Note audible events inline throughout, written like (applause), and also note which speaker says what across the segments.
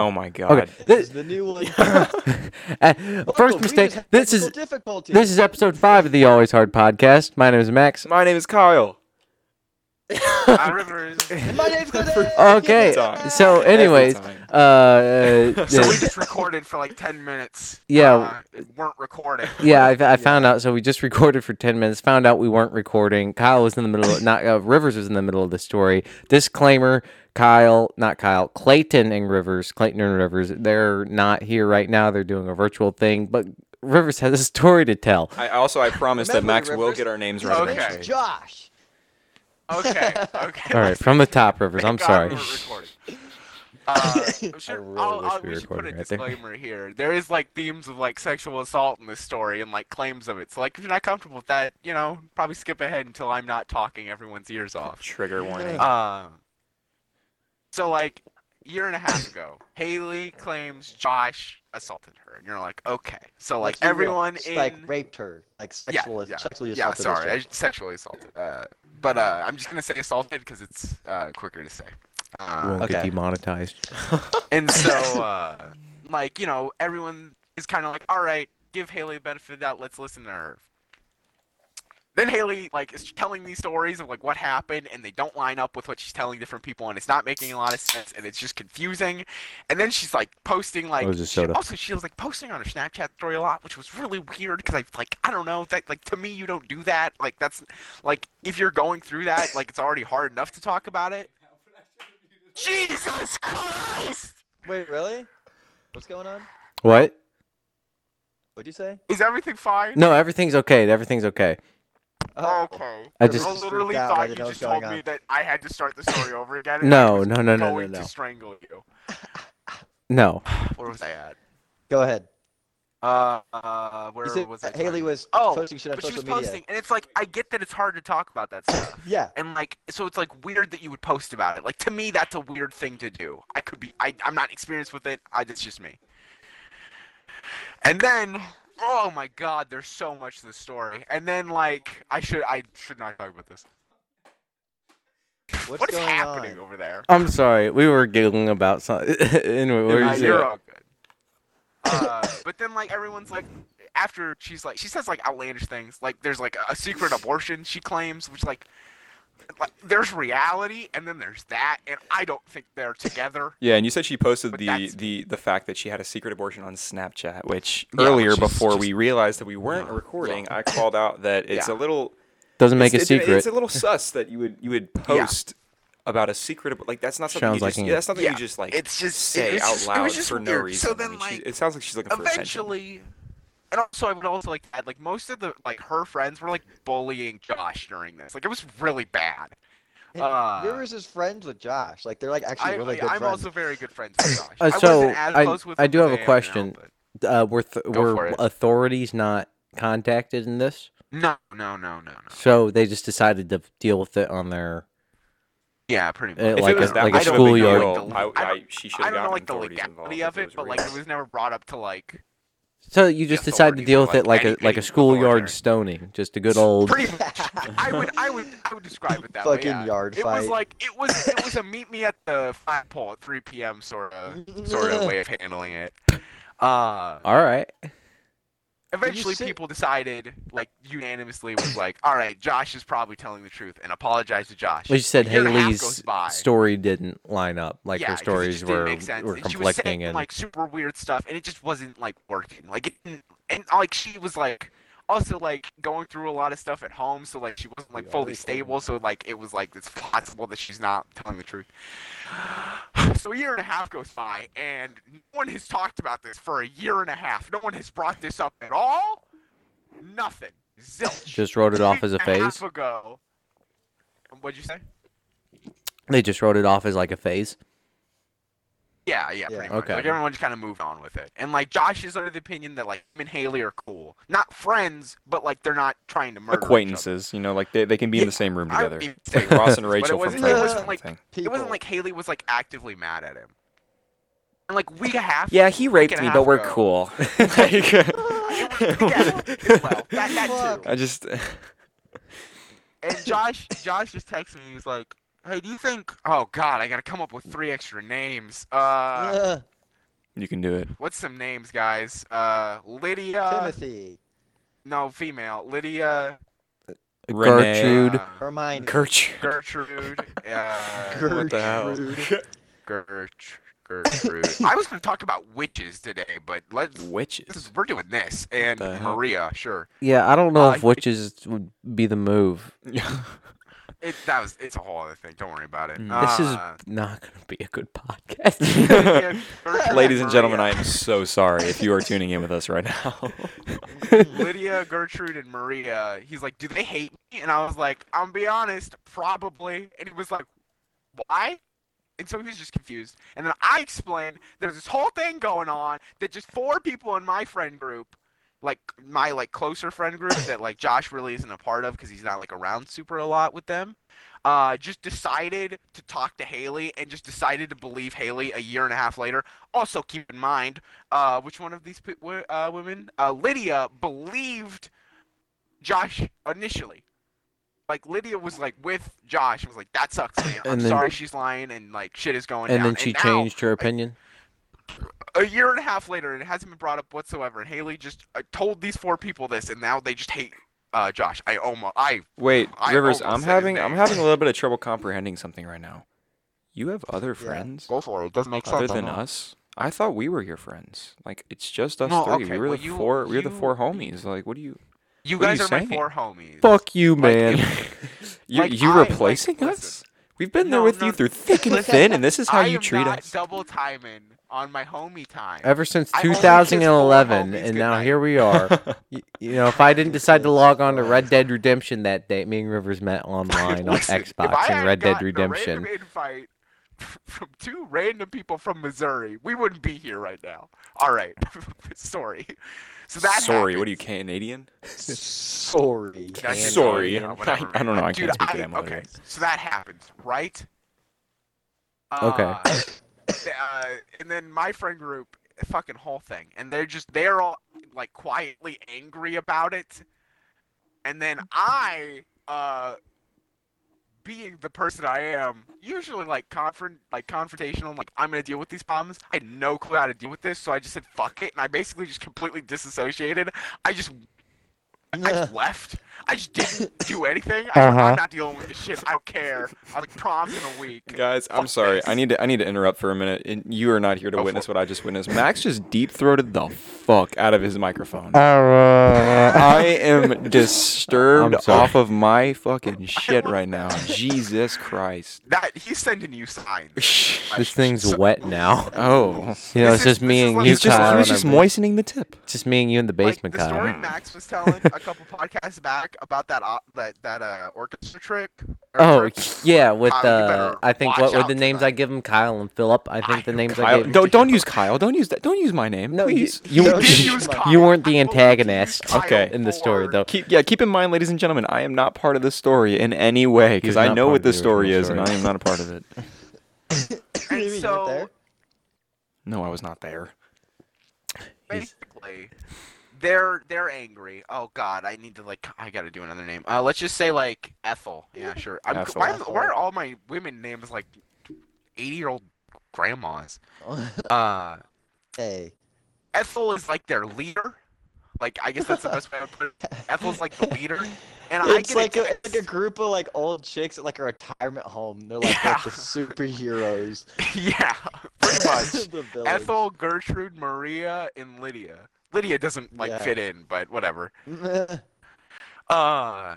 Speaker 1: Oh my god.
Speaker 2: Okay.
Speaker 3: This (coughs) is
Speaker 2: This,
Speaker 3: the new
Speaker 2: (laughs)
Speaker 3: one.
Speaker 2: (coughs) Uh,
Speaker 3: Oh,
Speaker 2: first
Speaker 3: we
Speaker 2: mistake.
Speaker 3: just had
Speaker 2: This is
Speaker 3: technical difficulties.
Speaker 2: this is episode five of the Always Hard podcast. My name is Max.
Speaker 1: My name is Kyle.
Speaker 2: (laughs)
Speaker 4: Rivers.
Speaker 3: And my name's Glenn.
Speaker 2: Okay.
Speaker 1: Sorry.
Speaker 4: uh,
Speaker 2: So,
Speaker 1: Every
Speaker 2: anyways,
Speaker 1: time.
Speaker 2: uh, uh,
Speaker 4: So we
Speaker 2: yeah,
Speaker 4: just recorded for like 10 minutes.
Speaker 2: Yeah.
Speaker 4: Uh, and weren't recording.
Speaker 2: (laughs) yeah, I, I found out. So we just (laughs) recorded for ten minutes. Found out we weren't recording. Kyle was in the middle. Of, not uh, Rivers was in the middle of the story. Disclaimer: Kyle, not Kyle, Clayton and Rivers, Clayton and Rivers. They're not here right now. They're doing a virtual thing, but. Rivers has a story to tell.
Speaker 1: I also I promise that
Speaker 3: Remember,
Speaker 1: Max will
Speaker 3: Rivers,
Speaker 1: get our names
Speaker 3: His
Speaker 1: right
Speaker 4: Okay.
Speaker 3: name's
Speaker 1: eventually.
Speaker 3: Josh.
Speaker 4: Okay. Okay.
Speaker 2: All right, from the top, Rivers. I'm
Speaker 4: Thank
Speaker 2: sorry.
Speaker 4: God we
Speaker 2: (laughs)
Speaker 4: were recording. Uh, I'm sure,
Speaker 2: really
Speaker 4: I'll,
Speaker 2: wish
Speaker 4: I'll,
Speaker 2: we
Speaker 4: we
Speaker 2: were
Speaker 4: should put a
Speaker 2: recording right there.
Speaker 4: disclaimer here. There is like themes of like sexual assault in this story and like claims of it. So like if you're not comfortable with that, you know, probably skip ahead until I'm not talking everyone's ears off.
Speaker 1: Trigger warning.
Speaker 4: Um. So like a year and a half ago, Haley claims Josh assaulted her, and you're like, okay. So like
Speaker 3: be real,
Speaker 4: everyone
Speaker 3: just,
Speaker 4: in
Speaker 3: like raped her, like sexual,
Speaker 4: yeah,
Speaker 3: sexually
Speaker 4: yeah,
Speaker 3: assaulted.
Speaker 4: sorry,
Speaker 3: her.
Speaker 4: I sexually assaulted. Uh, but uh, I'm just gonna say assaulted because it's uh, quicker to say. Uh,
Speaker 2: Won't get
Speaker 3: Okay.
Speaker 2: demonetized.
Speaker 4: and so, uh, like, you know, everyone is kind of like, all right, give Haley the benefit of that. Let's listen to her. Then Haley, like, is telling these stories of, like, what happened, and they don't line up with what she's telling different people, and it's not making a lot of sense, and it's just confusing. And then she's, like, posting, like,
Speaker 2: was a
Speaker 4: she-
Speaker 2: soda.
Speaker 4: also, she was, like, posting on her Snapchat story a lot, which was really weird, because I, like, I don't know, that, like, to me, you don't do that. Like, that's, like, if you're going through that, like, it's already hard enough to talk about it. Jesus Christ!
Speaker 3: Wait, really? What's going on?
Speaker 2: What?
Speaker 3: What'd you say?
Speaker 4: Is everything fine?
Speaker 2: No, everything's okay. Everything's okay.
Speaker 3: Oh,
Speaker 4: okay.
Speaker 2: I
Speaker 3: This
Speaker 2: just
Speaker 4: I
Speaker 3: is
Speaker 4: literally
Speaker 3: freaked out, I
Speaker 4: thought you
Speaker 3: didn't know
Speaker 4: just
Speaker 3: what was
Speaker 4: told
Speaker 3: going
Speaker 4: me
Speaker 3: on.
Speaker 4: that I had to start the story over again. and I
Speaker 2: No,
Speaker 4: was
Speaker 2: no, no, no, no,
Speaker 4: going
Speaker 2: no,
Speaker 4: to strangle you.
Speaker 2: no.
Speaker 4: Where was I at?
Speaker 3: Go ahead.
Speaker 4: Uh, uh where
Speaker 3: You said
Speaker 4: was I?
Speaker 3: that Haley
Speaker 4: talking?
Speaker 3: was
Speaker 4: Oh,
Speaker 3: posting shit on
Speaker 4: but she
Speaker 3: social
Speaker 4: was
Speaker 3: media.
Speaker 4: posting, and it's like I get that it's hard to talk about that stuff.
Speaker 3: Yeah.
Speaker 4: (laughs) and like so it's like weird that you would post about it like to me that's a weird thing to do i could be I, i'm not experienced with it I, it's just me and then oh my god there's so much to the story and then like i should i should not talk about this
Speaker 3: What's
Speaker 4: what's
Speaker 3: going
Speaker 4: happening
Speaker 3: on?
Speaker 4: over there
Speaker 2: I'm sorry. We were giggling about something. (laughs) anyway, what were
Speaker 4: Uh,
Speaker 2: you
Speaker 4: you're
Speaker 2: saying?
Speaker 4: all good. Uh, but then like everyone's like after she's like she says like outlandish things like there's like a secret abortion she claims which like like there's reality and then there's that and I don't think they're together.
Speaker 1: Yeah, and you said she posted
Speaker 4: But
Speaker 1: the,
Speaker 4: that's-
Speaker 1: the the fact that she had a secret abortion on Snapchat, which
Speaker 4: Yeah,
Speaker 1: earlier
Speaker 4: which is
Speaker 1: before
Speaker 4: just-
Speaker 1: we realized that we weren't
Speaker 4: No,
Speaker 1: recording, I called out that it's
Speaker 4: Yeah.
Speaker 1: a little
Speaker 2: Doesn't make
Speaker 1: it's,
Speaker 2: a
Speaker 1: it's-
Speaker 2: secret.
Speaker 1: It's a little sus that you would you would post about a secret ab- like that's not something
Speaker 2: Sounds
Speaker 1: you
Speaker 2: like
Speaker 1: just
Speaker 2: an-
Speaker 1: yeah, that's (laughs) something
Speaker 4: Yeah,
Speaker 1: you just like
Speaker 4: it's just-
Speaker 1: say
Speaker 4: it's
Speaker 1: out
Speaker 4: just- it was
Speaker 1: loud
Speaker 4: just
Speaker 1: for no
Speaker 4: weird.
Speaker 1: reason.
Speaker 4: So then,
Speaker 1: I mean, she-
Speaker 4: like,
Speaker 1: it sounds like she's looking for attention.
Speaker 4: Eventually and also I would also like to add like most of the like her friends were like bullying Josh during this. Like it was really bad.
Speaker 3: And
Speaker 4: Uh,
Speaker 3: Rivers is friends with Josh. Like they're like actually
Speaker 4: I,
Speaker 3: really good
Speaker 4: I'm
Speaker 3: friends.
Speaker 4: also very good friends with Josh.
Speaker 2: Uh,
Speaker 4: I wasn't
Speaker 2: so
Speaker 4: as
Speaker 2: I-
Speaker 4: close with
Speaker 2: I
Speaker 4: him
Speaker 2: do
Speaker 4: as
Speaker 2: have a
Speaker 4: am now,
Speaker 2: question.
Speaker 4: but-
Speaker 2: uh, were th-
Speaker 4: Go for
Speaker 2: were
Speaker 4: it.
Speaker 2: authorities not contacted in this?
Speaker 4: No, no, no, no, no.
Speaker 2: So they just decided to deal with it on their.
Speaker 4: Yeah, pretty
Speaker 2: Uh,
Speaker 4: much.
Speaker 1: If
Speaker 2: like
Speaker 1: it was
Speaker 2: a-
Speaker 1: that
Speaker 2: like a
Speaker 1: much of big
Speaker 2: schoolyard.
Speaker 1: deal, I,
Speaker 4: I
Speaker 1: I, she should
Speaker 4: I
Speaker 1: have
Speaker 4: don't know
Speaker 1: gotten
Speaker 4: like the
Speaker 1: authorities
Speaker 4: legality
Speaker 1: involved
Speaker 4: of
Speaker 1: if
Speaker 4: it, but like
Speaker 1: real.
Speaker 4: it was never brought up to like
Speaker 2: So you just
Speaker 4: The
Speaker 2: decided to
Speaker 4: authorities
Speaker 2: deal
Speaker 4: were
Speaker 2: with it like
Speaker 4: like,
Speaker 2: a like a
Speaker 4: anything
Speaker 2: schoolyard
Speaker 4: authority.
Speaker 2: stoning, just a good old.
Speaker 4: pretty
Speaker 3: (laughs)
Speaker 4: much. (laughs) I would I would I would describe it that way.
Speaker 3: Fucking
Speaker 4: yeah.
Speaker 3: yard
Speaker 4: It
Speaker 3: fight.
Speaker 4: was like it was it was a meet me at the flagpole at 3 p.m. sort of
Speaker 2: (laughs)
Speaker 4: sort of way of handling it. Uh,
Speaker 2: All right.
Speaker 4: eventually
Speaker 3: say-
Speaker 4: people decided like unanimously was like, all right, Josh is probably telling the truth and apologized to Josh.
Speaker 2: Well, you said
Speaker 4: A year and a half goes
Speaker 2: Haley's
Speaker 4: by.
Speaker 2: story didn't line up. Like
Speaker 4: yeah,
Speaker 2: her
Speaker 4: 'cause it
Speaker 2: stories
Speaker 4: just didn't
Speaker 2: were
Speaker 4: make sense.
Speaker 2: were
Speaker 4: and she was saying,
Speaker 2: conflicting and
Speaker 4: like super weird stuff, and it just wasn't like working. Like it, didn't- and like she was like also like going through a lot of stuff at home, so like she wasn't like fully stable. So like it was like it's possible that she's not telling the truth. (sighs) So a year and a half goes by, and no one has talked about this for a year and a half. No one has brought this up at all. Nothing. Zilch.
Speaker 2: just wrote it off as a
Speaker 4: Year and half
Speaker 2: phase.
Speaker 4: ago. What'd you say?
Speaker 2: They just wrote it off as like a phase.
Speaker 4: Yeah, yeah,
Speaker 3: Yeah.
Speaker 4: pretty much.
Speaker 2: Okay.
Speaker 4: Like everyone just kind of moved on with it, and like Josh is under the opinion that like him and Haley are cool, not friends, but like they're not trying to murder each other.
Speaker 1: acquaintances, you know, like they, they can be in the same room
Speaker 4: I would
Speaker 1: together. (laughs)
Speaker 4: even (laughs) say
Speaker 1: Ross and
Speaker 4: but it
Speaker 1: Rachel from
Speaker 4: wasn't-
Speaker 1: Friends.
Speaker 3: it
Speaker 1: or
Speaker 3: wasn't like-
Speaker 1: something.
Speaker 4: It
Speaker 3: People-
Speaker 4: wasn't like Haley was like actively mad at him, and like week and a half.
Speaker 1: Yeah, he raped
Speaker 4: raped and
Speaker 1: me,
Speaker 4: me, a
Speaker 1: but
Speaker 4: but
Speaker 1: we're
Speaker 4: we're half,
Speaker 1: cool. (laughs)
Speaker 4: (laughs) yeah, well, that, that
Speaker 3: Fuck.
Speaker 4: too.
Speaker 1: I just (laughs)
Speaker 4: And Josh, Josh just texted
Speaker 3: (laughs)
Speaker 4: me. He's like, "Hey, do you think? Oh God, I gotta come up with three extra names. Uh,
Speaker 3: Ugh.
Speaker 1: You can do it.
Speaker 4: What's some names, guys? Uh, Lydia.
Speaker 3: Timothy,
Speaker 4: No, female. Lydia.
Speaker 1: Renee.
Speaker 2: Gertrude.
Speaker 4: uh,
Speaker 3: Hermione,
Speaker 1: Gertrude.
Speaker 4: Gertrude. Uh,
Speaker 3: (laughs) Gertrude.
Speaker 1: What the hell?
Speaker 4: Gert- Gertrude. I was going to talk about witches today, but let's. This
Speaker 1: Witches.
Speaker 4: is, we're doing this and
Speaker 1: the hell?
Speaker 4: Maria. Sure,
Speaker 2: Yeah, I don't know
Speaker 4: Uh,
Speaker 2: if witches would be the move.
Speaker 1: (laughs)
Speaker 4: it that was it's a whole other thing. Don't worry about it.
Speaker 1: Mm.
Speaker 2: This is
Speaker 4: Uh,
Speaker 2: not going to be a good podcast.
Speaker 4: (laughs) Lydia,
Speaker 1: (laughs)
Speaker 4: Gertrude,
Speaker 1: Ladies and gentlemen,
Speaker 4: Maria.
Speaker 1: I am so sorry if you are tuning in with us right (laughs) now.
Speaker 3: (laughs)
Speaker 4: Lydia, Gertrude, and Maria. He's like, do they hate me? And I was like, I'm gonna be honest, probably. And he was like, why? And so he was just confused. And then I explained there's this whole thing going on that just four people in my friend group, like my like closer friend group that like Josh really isn't a part of because he's not like around super a lot with them, uh, just decided to talk to Haley and just decided to believe Haley a year and a half later. Also keep in mind uh, which one of these pe- wo- uh, women? Uh, Lydia believed Josh initially. Like Lydia was like with Josh and was like, "That sucks, man. I'm
Speaker 2: And then-
Speaker 4: sorry, she's lying, and like shit is
Speaker 2: (laughs)
Speaker 4: going
Speaker 2: and
Speaker 4: down."
Speaker 2: then she
Speaker 4: now,
Speaker 2: changed her opinion.
Speaker 4: a year and a half later, and it hasn't been brought up whatsoever. And Haley just uh, told these four people this, and now they just hate uh, Josh. I almost, I
Speaker 1: Wait,
Speaker 4: I
Speaker 1: Rivers,
Speaker 4: almost
Speaker 1: I'm
Speaker 4: said his
Speaker 1: having I'm
Speaker 4: name.
Speaker 1: having a little bit of trouble comprehending something right now. You have other
Speaker 3: Yeah.
Speaker 1: friends
Speaker 4: go for it. It doesn't make
Speaker 1: other than us? I thought we were your friends. Like it's just us
Speaker 4: No,
Speaker 1: three.
Speaker 4: okay,
Speaker 1: We were
Speaker 4: well,
Speaker 1: the
Speaker 4: you-
Speaker 1: four. We were the
Speaker 4: you-
Speaker 1: four homies. Like what do you?
Speaker 4: You
Speaker 1: What are
Speaker 4: guys
Speaker 1: you
Speaker 4: are my
Speaker 1: saying?
Speaker 4: four homies.
Speaker 2: Fuck you, man.
Speaker 4: Like,
Speaker 2: (laughs)
Speaker 1: You
Speaker 4: Like,
Speaker 1: you
Speaker 4: I- like,
Speaker 1: replacing
Speaker 4: listen.
Speaker 1: us? We've been there
Speaker 4: No,
Speaker 1: with
Speaker 4: no,
Speaker 1: you through thick and
Speaker 4: listen.
Speaker 1: thin, and this is how
Speaker 4: I
Speaker 1: you
Speaker 4: am
Speaker 1: treat
Speaker 4: not
Speaker 1: us.
Speaker 4: double timing on my homie time.
Speaker 2: Ever since
Speaker 4: I've only kissed four
Speaker 2: 2011,
Speaker 4: homies
Speaker 2: and now
Speaker 4: goodnight.
Speaker 2: here we
Speaker 4: (laughs)
Speaker 2: are. Y- you know, if I didn't decide to log on to Red Dead Redemption that day, me and Rivers met online on
Speaker 4: (laughs) Listen, if I
Speaker 2: Xbox
Speaker 4: had
Speaker 2: and Red Dead
Speaker 4: gotten A (laughs)
Speaker 2: Redemption.
Speaker 4: random invite from two random people from Missouri, we wouldn't be here right now. All right, (laughs) sorry. So that
Speaker 1: Sorry, what are you
Speaker 4: happens.
Speaker 1: Canadian?
Speaker 3: sorry.
Speaker 4: Can
Speaker 3: (laughs)
Speaker 4: I say
Speaker 1: Sorry, (laughs)
Speaker 4: Yeah,
Speaker 1: I-
Speaker 4: whatever.
Speaker 1: I don't know, I
Speaker 4: Dude,
Speaker 1: can't speak to
Speaker 4: I-
Speaker 1: them other
Speaker 4: Okay,
Speaker 1: than-
Speaker 4: so that happens, right?
Speaker 2: Okay.
Speaker 4: Uh, th- uh, and then my friend group, fucking whole thing, and they're just they're all like quietly angry about it, and then I, uh, being the person I am, usually like confront like confrontational, like I'm gonna deal with these problems. I had no clue how to deal with this, so I just said fuck it, and I basically just completely disassociated. I just I just left. I just didn't do anything. I,
Speaker 2: Uh-huh.
Speaker 4: am not dealing with this shit. I don't care. I like proms in a week.
Speaker 1: Guys, I'm
Speaker 4: Fuck
Speaker 1: sorry.
Speaker 4: this.
Speaker 1: I need to I need to interrupt for a minute. And you are not here to
Speaker 4: Go for
Speaker 1: witness
Speaker 4: it.
Speaker 1: what I just witnessed. Max just deep throated the fuck out of his microphone. I (laughs) am disturbed
Speaker 2: I'm sorry.
Speaker 1: off of my fucking shit right now. Jesus (laughs) Christ.
Speaker 4: That he's sending you
Speaker 2: (laughs)
Speaker 4: signs.
Speaker 2: (laughs) This thing's wet
Speaker 4: (laughs)
Speaker 2: now.
Speaker 1: Oh.
Speaker 2: You know, it's
Speaker 4: This is-
Speaker 2: just me
Speaker 4: this is
Speaker 2: and
Speaker 4: like-
Speaker 2: you,
Speaker 1: He's
Speaker 4: He's
Speaker 1: just
Speaker 2: Kyle.
Speaker 1: he
Speaker 4: He's
Speaker 1: was
Speaker 2: and
Speaker 1: just
Speaker 2: I'm-
Speaker 1: moistening the tip.
Speaker 2: just me and you in the basement,
Speaker 4: like, the story
Speaker 2: Kyle. (laughs)
Speaker 4: Max was telling a couple podcasts back about that uh, that that uh, orchestra trick. or
Speaker 2: Oh
Speaker 4: trick.
Speaker 2: yeah, with
Speaker 4: Kyle, you
Speaker 2: uh,
Speaker 4: better
Speaker 2: I think
Speaker 4: watch
Speaker 2: what were
Speaker 4: out
Speaker 2: the
Speaker 4: for
Speaker 2: names
Speaker 4: that.
Speaker 2: I give him? Kyle and Philip. I think the names I
Speaker 1: Kyle,
Speaker 2: gave. him.
Speaker 1: don't don't use Kyle. Don't use that. Don't use my name,
Speaker 2: No, you,
Speaker 1: please.
Speaker 2: you,
Speaker 3: No,
Speaker 2: you-
Speaker 3: you
Speaker 4: use
Speaker 2: you
Speaker 4: Kyle.
Speaker 2: weren't the
Speaker 4: You
Speaker 2: antagonist.
Speaker 4: use Kyle
Speaker 1: Okay.
Speaker 2: in the story
Speaker 4: for-
Speaker 2: though.
Speaker 1: Keep yeah, keep in mind, ladies and gentlemen, I am not part of this story in any way
Speaker 2: He was
Speaker 1: because I
Speaker 2: not
Speaker 1: know
Speaker 2: part
Speaker 1: what
Speaker 2: of the
Speaker 1: this story
Speaker 2: original
Speaker 1: is, and I
Speaker 2: story.
Speaker 1: am not a part of it.
Speaker 4: And
Speaker 3: You
Speaker 4: so-
Speaker 3: went there?
Speaker 1: (laughs)
Speaker 3: (laughs)
Speaker 1: No, I was not there.
Speaker 2: He's-
Speaker 4: basically they're they're angry. Oh God, I need to like I gotta do another name. Uh, let's just say like Ethel. Yeah, sure. I'm,
Speaker 1: Ethel.
Speaker 4: Why, am- why are all my women names like eighty year old grandmas?
Speaker 3: (laughs)
Speaker 4: Uh,
Speaker 3: hey,
Speaker 4: Ethel is like their leader. Like I guess that's the best way I would put
Speaker 3: (laughs)
Speaker 4: it. Ethel's like the leader, and I
Speaker 3: it's
Speaker 4: get
Speaker 3: like
Speaker 4: a
Speaker 3: a, like a
Speaker 4: text-
Speaker 3: group of like old chicks at like a retirement home. They're like, like, the
Speaker 4: Yeah. (laughs)
Speaker 3: superheroes.
Speaker 4: yeah, pretty much.
Speaker 3: the (laughs) village.
Speaker 4: Ethel,
Speaker 3: (laughs)
Speaker 4: Gertrude, Maria, and Lydia. Lydia doesn't like
Speaker 3: Yeah.
Speaker 4: fit in, but whatever.
Speaker 3: Meh.
Speaker 4: Uh,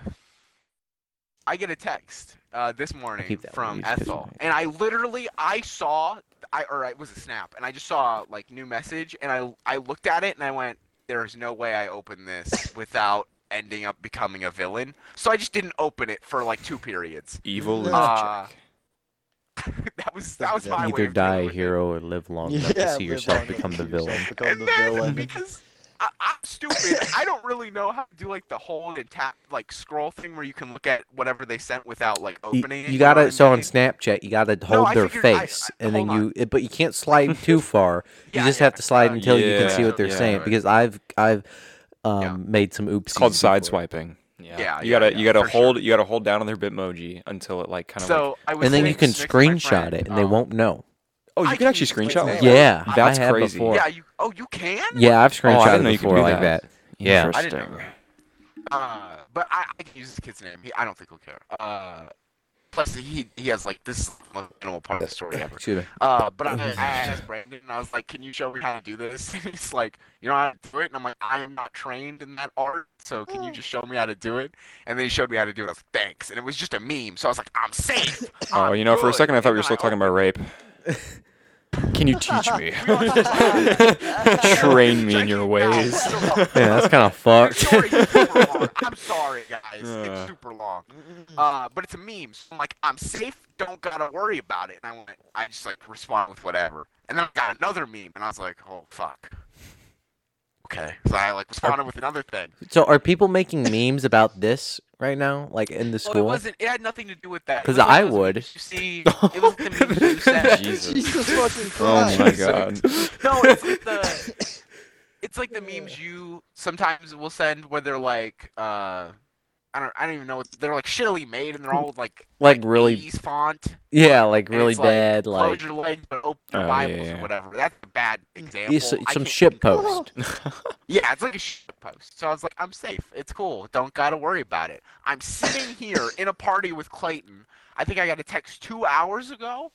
Speaker 4: I get a text uh, this morning
Speaker 2: keep that one.
Speaker 4: from
Speaker 2: You just get
Speaker 4: Ethel,
Speaker 2: it.
Speaker 4: and I literally I saw I or it was a snap, and I just saw like new message, and I I looked at it and I went, there is no way I
Speaker 2: (laughs)
Speaker 4: open this without ending up becoming a villain, so I just didn't open it for like two periods. (laughs)
Speaker 1: Evil is
Speaker 4: Uh, that was that was my way
Speaker 2: Either
Speaker 4: of
Speaker 2: die
Speaker 4: dealing
Speaker 2: a
Speaker 4: with it.
Speaker 2: hero or live long
Speaker 3: yeah,
Speaker 2: enough to see
Speaker 3: live
Speaker 2: yourself
Speaker 3: long enough
Speaker 2: become
Speaker 3: to
Speaker 2: the
Speaker 3: (laughs) see yourself
Speaker 2: villain.
Speaker 3: Become the
Speaker 4: then,
Speaker 3: villain.
Speaker 4: Because I, I'm stupid. I don't really know how to do like the whole and tap like scroll thing where you can look at whatever they sent without like
Speaker 2: You,
Speaker 4: opening it.
Speaker 2: you gotta
Speaker 4: know
Speaker 2: so
Speaker 4: what I
Speaker 2: on
Speaker 4: mean?
Speaker 2: Snapchat you gotta
Speaker 4: No,
Speaker 2: hold
Speaker 4: I
Speaker 2: their
Speaker 4: figured- I-
Speaker 2: face
Speaker 4: I-
Speaker 2: and then
Speaker 4: hold
Speaker 2: you it- but you can't slide
Speaker 4: (laughs)
Speaker 2: too far. You
Speaker 4: Yeah,
Speaker 2: just
Speaker 4: yeah,
Speaker 2: have to slide
Speaker 1: Um,
Speaker 4: uh,
Speaker 2: until you can see
Speaker 1: yeah,
Speaker 2: what they're
Speaker 1: yeah.
Speaker 2: saying because I've I've um,
Speaker 4: Yeah.
Speaker 2: made some oops.
Speaker 1: It's called side swiping. Yeah.
Speaker 4: Yeah,
Speaker 1: You
Speaker 4: yeah,
Speaker 1: gotta
Speaker 4: yeah,
Speaker 1: you gotta
Speaker 4: for sure.
Speaker 1: hold you gotta hold down on their Bitmoji until it like kind of
Speaker 4: So I was
Speaker 2: and then
Speaker 4: sitting
Speaker 2: you can
Speaker 4: next to my
Speaker 2: screenshot
Speaker 4: friend,
Speaker 2: it and they
Speaker 4: um,
Speaker 2: won't know.
Speaker 1: Oh, you
Speaker 4: I
Speaker 1: can actually
Speaker 4: can
Speaker 1: screenshot.
Speaker 4: explain
Speaker 1: like
Speaker 4: that.
Speaker 1: that?
Speaker 2: Yeah,
Speaker 1: That's
Speaker 2: I have
Speaker 1: crazy.
Speaker 2: Before.
Speaker 4: Yeah, you. Oh, you can.
Speaker 2: Yeah, I've
Speaker 1: Oh, I
Speaker 2: screenshotted
Speaker 1: didn't know you could
Speaker 2: before
Speaker 1: do
Speaker 2: like
Speaker 1: that.
Speaker 2: that. Yeah.
Speaker 4: I didn't know.
Speaker 1: Interesting.
Speaker 4: Uh, but I, I can use this kid's name. He, I don't think he'll care. Uh, plus he he has like this is the most minimal part of the story ever.
Speaker 2: Excuse me.
Speaker 4: Uh, but I, I
Speaker 2: (laughs)
Speaker 4: asked Brandon, and I was like, "Can you show me how to do this?" (laughs) And he's like, "You know how to do it," and I'm like, "I am not trained in that art, so can you
Speaker 1: Oh.
Speaker 4: just show me how to do it?" And then he showed me how to do it. I was like, "Thanks," and it was just a meme, so I was like, "I'm safe."
Speaker 1: Oh,
Speaker 4: I'm
Speaker 1: you know, for a
Speaker 4: good."
Speaker 1: second I thought we were
Speaker 4: And then
Speaker 1: still
Speaker 4: I oh,
Speaker 1: talking about rape. Can you teach
Speaker 4: (laughs)
Speaker 1: me? (laughs)
Speaker 4: opened-
Speaker 1: Train me in your ways. (laughs)
Speaker 2: Yeah, that's kind of
Speaker 4: The
Speaker 2: fucked.
Speaker 4: story's super long. I'm sorry, guys.
Speaker 1: Yeah.
Speaker 4: It's super long. Uh, but it's a meme. So I'm like, I'm safe. Don't gotta worry about it. And I went, I just like respond with whatever. And then I got another meme, and I was like, oh fuck. Okay. So I like responded with another thing.
Speaker 2: so, are people making memes about this right now, like in the
Speaker 4: Well, it
Speaker 2: school?
Speaker 4: wasn't. It had nothing to do with that. It
Speaker 2: 'Cause
Speaker 4: was
Speaker 2: I
Speaker 4: those memes
Speaker 2: would.
Speaker 4: You see, it was the memes
Speaker 1: (laughs)
Speaker 2: (laughs)
Speaker 4: you sent.
Speaker 1: Jesus.
Speaker 3: (laughs) Jesus fucking
Speaker 1: Oh
Speaker 3: Christ.
Speaker 1: my god.
Speaker 4: No, it's like the it's like the memes you sometimes will send where they're like uh I don't I don't even know what they're like shittily made and they're all with, like
Speaker 2: Like really?
Speaker 4: 80s font.
Speaker 2: Yeah, like
Speaker 4: and
Speaker 2: really
Speaker 4: it's like,
Speaker 2: bad.
Speaker 4: Close
Speaker 2: Like
Speaker 4: your legs but open your
Speaker 1: Oh,
Speaker 4: Bibles
Speaker 1: yeah, yeah.
Speaker 4: or whatever. That's a bad example.
Speaker 2: you s-
Speaker 4: I
Speaker 2: some
Speaker 4: can't
Speaker 2: shit
Speaker 4: think of-
Speaker 3: (laughs)
Speaker 4: (laughs)
Speaker 2: post.
Speaker 4: Yeah, it's like a shit post. So I was like, I'm safe. It's cool. Don't gotta worry about it. I'm sitting here in a party with Clayton. I think I got a text two hours ago,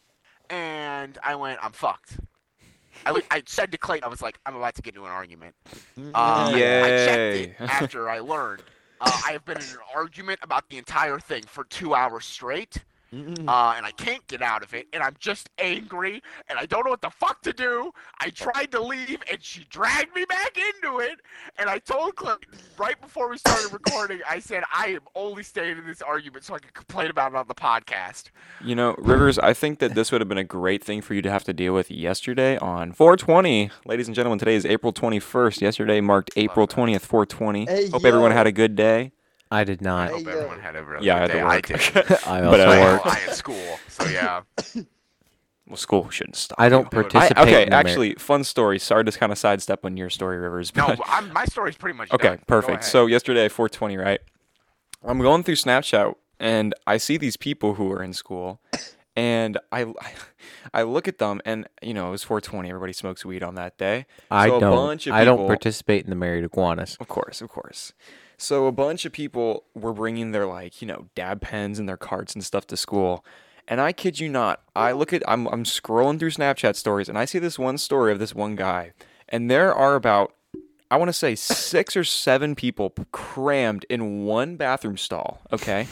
Speaker 4: and I went, I'm fucked. I, li- I said to Clayton, I was like, I'm about to get into an argument. Uh, I
Speaker 1: Yay.
Speaker 4: (laughs) checked it after I learned. Uh, I have been in an argument about the entire thing for two hours straight,
Speaker 3: Hmm.
Speaker 4: uh, and I can't get out of it, and I'm just angry, and I don't know what the fuck to do. I tried to leave, and she dragged me back into it, and I told Clinton right before we started recording, I said, I am only staying in this argument so I can complain about it on the podcast.
Speaker 1: You know, Rivers, I think that this would have been a great thing for you to have to deal with yesterday on 420. Ladies and gentlemen, today is April 21st. Yesterday marked April 20th, 420.
Speaker 3: Hey,
Speaker 1: Hope everyone
Speaker 3: yo.
Speaker 1: had a good day.
Speaker 2: I did
Speaker 4: I
Speaker 2: not.
Speaker 3: Hey,
Speaker 4: hope
Speaker 3: yo.
Speaker 4: everyone had a really
Speaker 1: Yeah, I
Speaker 4: good
Speaker 1: had
Speaker 4: day.
Speaker 1: to
Speaker 4: I
Speaker 1: work.
Speaker 4: did.
Speaker 2: I
Speaker 1: (laughs) But,
Speaker 2: also
Speaker 1: uh,
Speaker 4: I,
Speaker 2: work.
Speaker 4: I had school, so yeah.
Speaker 1: Well, school shouldn't stop.
Speaker 2: I don't
Speaker 4: I- okay,
Speaker 1: I,
Speaker 2: participate.
Speaker 1: okay,
Speaker 2: in the mar-
Speaker 1: actually, fun story. Sorry to kind of sidestep on your story, Rivers.
Speaker 4: No,
Speaker 1: but-
Speaker 4: I'm, my story's pretty much
Speaker 1: Okay,
Speaker 4: done. Go
Speaker 1: perfect.
Speaker 4: ahead.
Speaker 1: So yesterday, 420, right? I'm going through Snapchat and I see these people who are in school, and I, (laughs) I look at them and you know it was 420. Everybody smokes weed on that day.
Speaker 2: I
Speaker 1: so
Speaker 2: don't.
Speaker 1: A bunch of
Speaker 2: I
Speaker 1: people-
Speaker 2: don't participate in the married iguanas.
Speaker 1: Of course, of course. So a bunch of people were bringing their like you know dab pens and their carts and stuff to school. And I kid you not, I look at I'm I'm scrolling through Snapchat stories and I see this one story of this one guy, and there are about I want to say six or seven people p- crammed in one bathroom stall. Okay.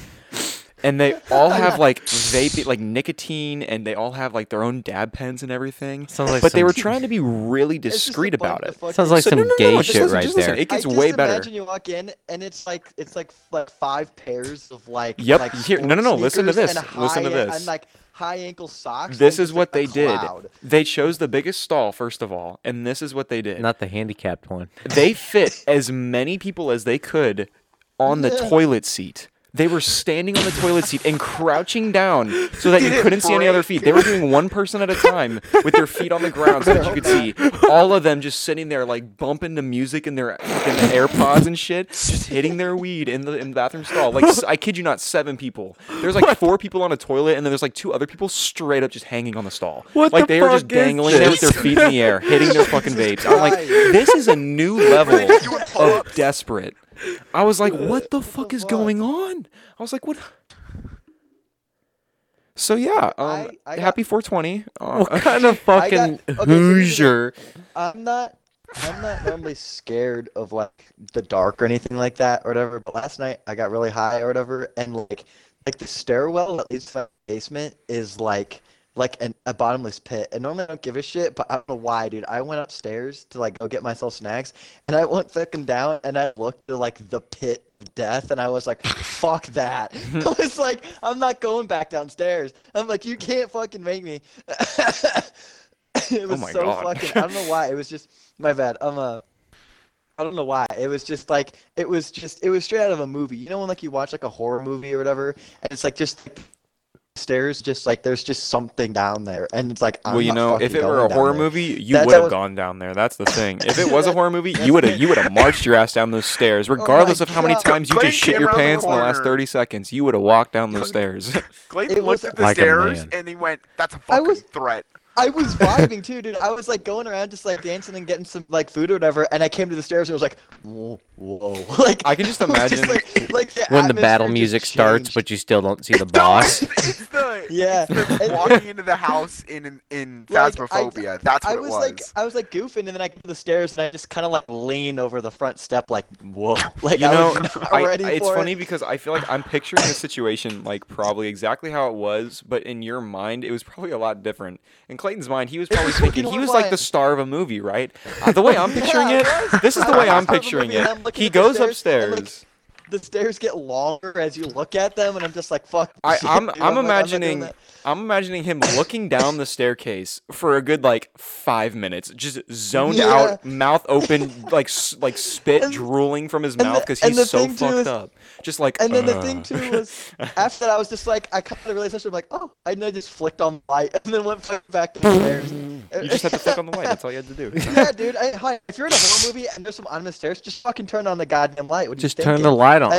Speaker 1: And they
Speaker 3: (laughs)
Speaker 1: all have like vape, like nicotine, and they all have like their own dab pens and everything.
Speaker 2: Sounds like
Speaker 1: but they
Speaker 2: some-
Speaker 1: were trying to be really
Speaker 3: It's just a
Speaker 1: discreet
Speaker 3: bunch
Speaker 1: about
Speaker 3: of
Speaker 1: it.
Speaker 3: fucking-
Speaker 2: Sounds like
Speaker 1: So-
Speaker 2: some
Speaker 1: no, no, no,
Speaker 2: gay
Speaker 1: no, just
Speaker 2: shit
Speaker 1: listen,
Speaker 2: right
Speaker 1: just
Speaker 2: there.
Speaker 1: listen. It gets
Speaker 3: I just
Speaker 1: way better.
Speaker 3: Imagine you walk in and it's like it's like f- like five pairs of like
Speaker 1: Yep,
Speaker 3: Like
Speaker 1: here- no, no, no,
Speaker 3: sports
Speaker 1: listen to
Speaker 3: sneakers
Speaker 1: this,
Speaker 3: and
Speaker 1: listen to
Speaker 3: high-
Speaker 1: this.
Speaker 3: And like high ankle socks.
Speaker 1: This
Speaker 3: and
Speaker 1: is
Speaker 3: just,
Speaker 1: what
Speaker 3: like,
Speaker 1: they
Speaker 3: a
Speaker 1: did.
Speaker 3: cloud.
Speaker 1: They chose the biggest stall first of all, and this is what they did.
Speaker 2: Not the handicapped one.
Speaker 1: They fit as many people as they could on the
Speaker 3: Yeah.
Speaker 1: toilet seat. They were standing on the toilet seat and crouching down so that you
Speaker 4: Did it
Speaker 1: couldn't see any other feet. They were doing one person at a time with their feet on the ground so that you could see all of them just sitting there like bumping to music in their fucking AirPods and shit, just hitting their weed in the in the bathroom stall. Like s- I kid you not, seven people. There's like four people on a toilet and then there's like two other people straight up just hanging on the stall.
Speaker 2: What
Speaker 1: like
Speaker 2: the
Speaker 1: they were just
Speaker 2: fuck is
Speaker 1: dangling there with their feet in the air, hitting
Speaker 3: (laughs)
Speaker 1: their fucking
Speaker 3: Jesus
Speaker 1: vapes. I'm like,
Speaker 3: Christ.
Speaker 1: this is a
Speaker 3: (laughs)
Speaker 1: new level
Speaker 4: They do it all
Speaker 1: of desperate. I was like, what the fuck is
Speaker 3: fuck?
Speaker 1: going on? I was like, what? So yeah, um,
Speaker 3: I- I got-
Speaker 1: happy 420. Uh, (laughs)
Speaker 2: What kind of
Speaker 3: I got-
Speaker 2: fucking
Speaker 3: okay, so here's
Speaker 2: Hoosier?
Speaker 3: the I'm not. I'm not normally scared of like the dark or anything like that or whatever. But last night I got really high or whatever, and like like the stairwell that leads to my basement is like like an, a bottomless pit. And normally I don't give a shit, but I don't know why, dude. I went upstairs to like go get myself snacks, and I went fucking down, and I looked to like the pit of death, and I was like,
Speaker 2: (laughs)
Speaker 3: fuck that. (laughs) I was like, I'm not going back downstairs. I'm like, you can't fucking make me. (laughs) it was
Speaker 1: Oh my
Speaker 3: so
Speaker 1: God.
Speaker 3: fucking. I don't know why. It was just my bad. I'm a. I don't know why. It was just like it was just it was straight out of a movie. You know when like you watch like a horror movie or whatever, and it's like just stairs, just like there's just something down there, and it's like I'm
Speaker 1: well, you
Speaker 3: not
Speaker 1: know,
Speaker 3: fucking
Speaker 1: if it
Speaker 3: going
Speaker 1: were a
Speaker 3: down
Speaker 1: horror
Speaker 3: there.
Speaker 1: movie, you
Speaker 3: That's
Speaker 1: would have
Speaker 3: how-
Speaker 1: gone down there. That's the thing. If
Speaker 3: (laughs)
Speaker 1: it was a
Speaker 3: That- Oh,
Speaker 1: horror movie, you would
Speaker 3: (laughs)
Speaker 1: have you would have marched your ass down those stairs, regardless of how many
Speaker 3: God.
Speaker 1: times you
Speaker 4: Clayton
Speaker 1: just shit
Speaker 4: came
Speaker 1: your
Speaker 4: around the
Speaker 1: pants in the last
Speaker 4: corner.
Speaker 1: 30 seconds. You would have walked down those stairs.
Speaker 4: Clayton
Speaker 3: It
Speaker 4: looked
Speaker 3: was
Speaker 4: at the
Speaker 2: Like a
Speaker 4: stairs
Speaker 2: man.
Speaker 4: and he went, "That's a
Speaker 3: I
Speaker 4: fucking
Speaker 3: was-
Speaker 4: threat."
Speaker 3: I was vibing too, dude. I was like going around just like dancing and getting some like food or whatever, and I came to the stairs and was like, whoa, whoa. (laughs) Like
Speaker 1: I can just
Speaker 3: was
Speaker 1: imagine
Speaker 3: like, like the
Speaker 2: when the battle
Speaker 3: atmosphere just
Speaker 2: music starts,
Speaker 3: changed.
Speaker 2: but you still don't see the
Speaker 4: It's the-
Speaker 2: boss.
Speaker 1: (laughs)
Speaker 4: (laughs) it's the
Speaker 3: (laughs) yeah,
Speaker 4: it's
Speaker 3: and-
Speaker 4: walking into the house in in, in
Speaker 3: Like, I-
Speaker 4: Phasmophobia. That's what
Speaker 3: I was,
Speaker 4: it was.
Speaker 3: like, I was like goofing, and then I came to the stairs and I just kind of like lean over the front step, like whoa, (laughs) like
Speaker 1: You
Speaker 3: I
Speaker 1: know,
Speaker 3: was (laughs) not
Speaker 1: I-
Speaker 3: ready
Speaker 1: I- it's
Speaker 3: for
Speaker 1: funny
Speaker 3: it.
Speaker 1: because I feel like I'm picturing the situation like probably exactly how it was, but in your mind it was probably a lot different. In Clayton's mind, he was
Speaker 3: It
Speaker 1: probably
Speaker 3: was
Speaker 1: thinking
Speaker 3: fucking
Speaker 1: he was like the
Speaker 3: wild.
Speaker 1: star of a movie, right? Uh, the way I'm picturing
Speaker 3: (laughs) Yeah,
Speaker 1: it,
Speaker 3: it was.
Speaker 1: this is the
Speaker 3: I
Speaker 1: way
Speaker 3: was
Speaker 1: I'm
Speaker 3: the star of a
Speaker 1: picturing
Speaker 3: movie and
Speaker 1: it.
Speaker 3: I'm looking
Speaker 1: He
Speaker 3: at the
Speaker 1: goes
Speaker 3: stairs and, like,
Speaker 1: upstairs.
Speaker 3: The stairs get longer as you look at them, and I'm just like, fuck.
Speaker 1: I,
Speaker 3: (laughs) this shit,
Speaker 1: I'm
Speaker 3: dude,
Speaker 1: I'm
Speaker 3: like, not doing
Speaker 1: imagining
Speaker 3: that.
Speaker 1: I'm imagining him looking down the staircase for a good like five minutes, just zoned
Speaker 3: Yeah.
Speaker 1: out, mouth open, like s-
Speaker 3: (laughs)
Speaker 1: like spit
Speaker 3: And-
Speaker 1: drooling from his
Speaker 3: and
Speaker 1: mouth
Speaker 3: the-
Speaker 1: because
Speaker 3: and
Speaker 1: he's
Speaker 3: the
Speaker 1: so
Speaker 3: thing, too,
Speaker 1: fucked
Speaker 3: is-
Speaker 1: up. Just like
Speaker 3: And then the
Speaker 1: "Uh."
Speaker 3: thing
Speaker 1: (laughs)
Speaker 3: too was after that I was just like I kind of realized I'm like oh and then I just flicked on the light (laughs) and then went fucking back to the stairs.
Speaker 1: you just have
Speaker 3: (laughs)
Speaker 1: to flick on the light. That's all you had to do.
Speaker 3: yeah, dude. I, hi, if you're in a horror movie and there's some ominous stairs, just fucking turn on the goddamn light. What are you
Speaker 2: Just turn the
Speaker 3: thinking?
Speaker 2: light on. (laughs)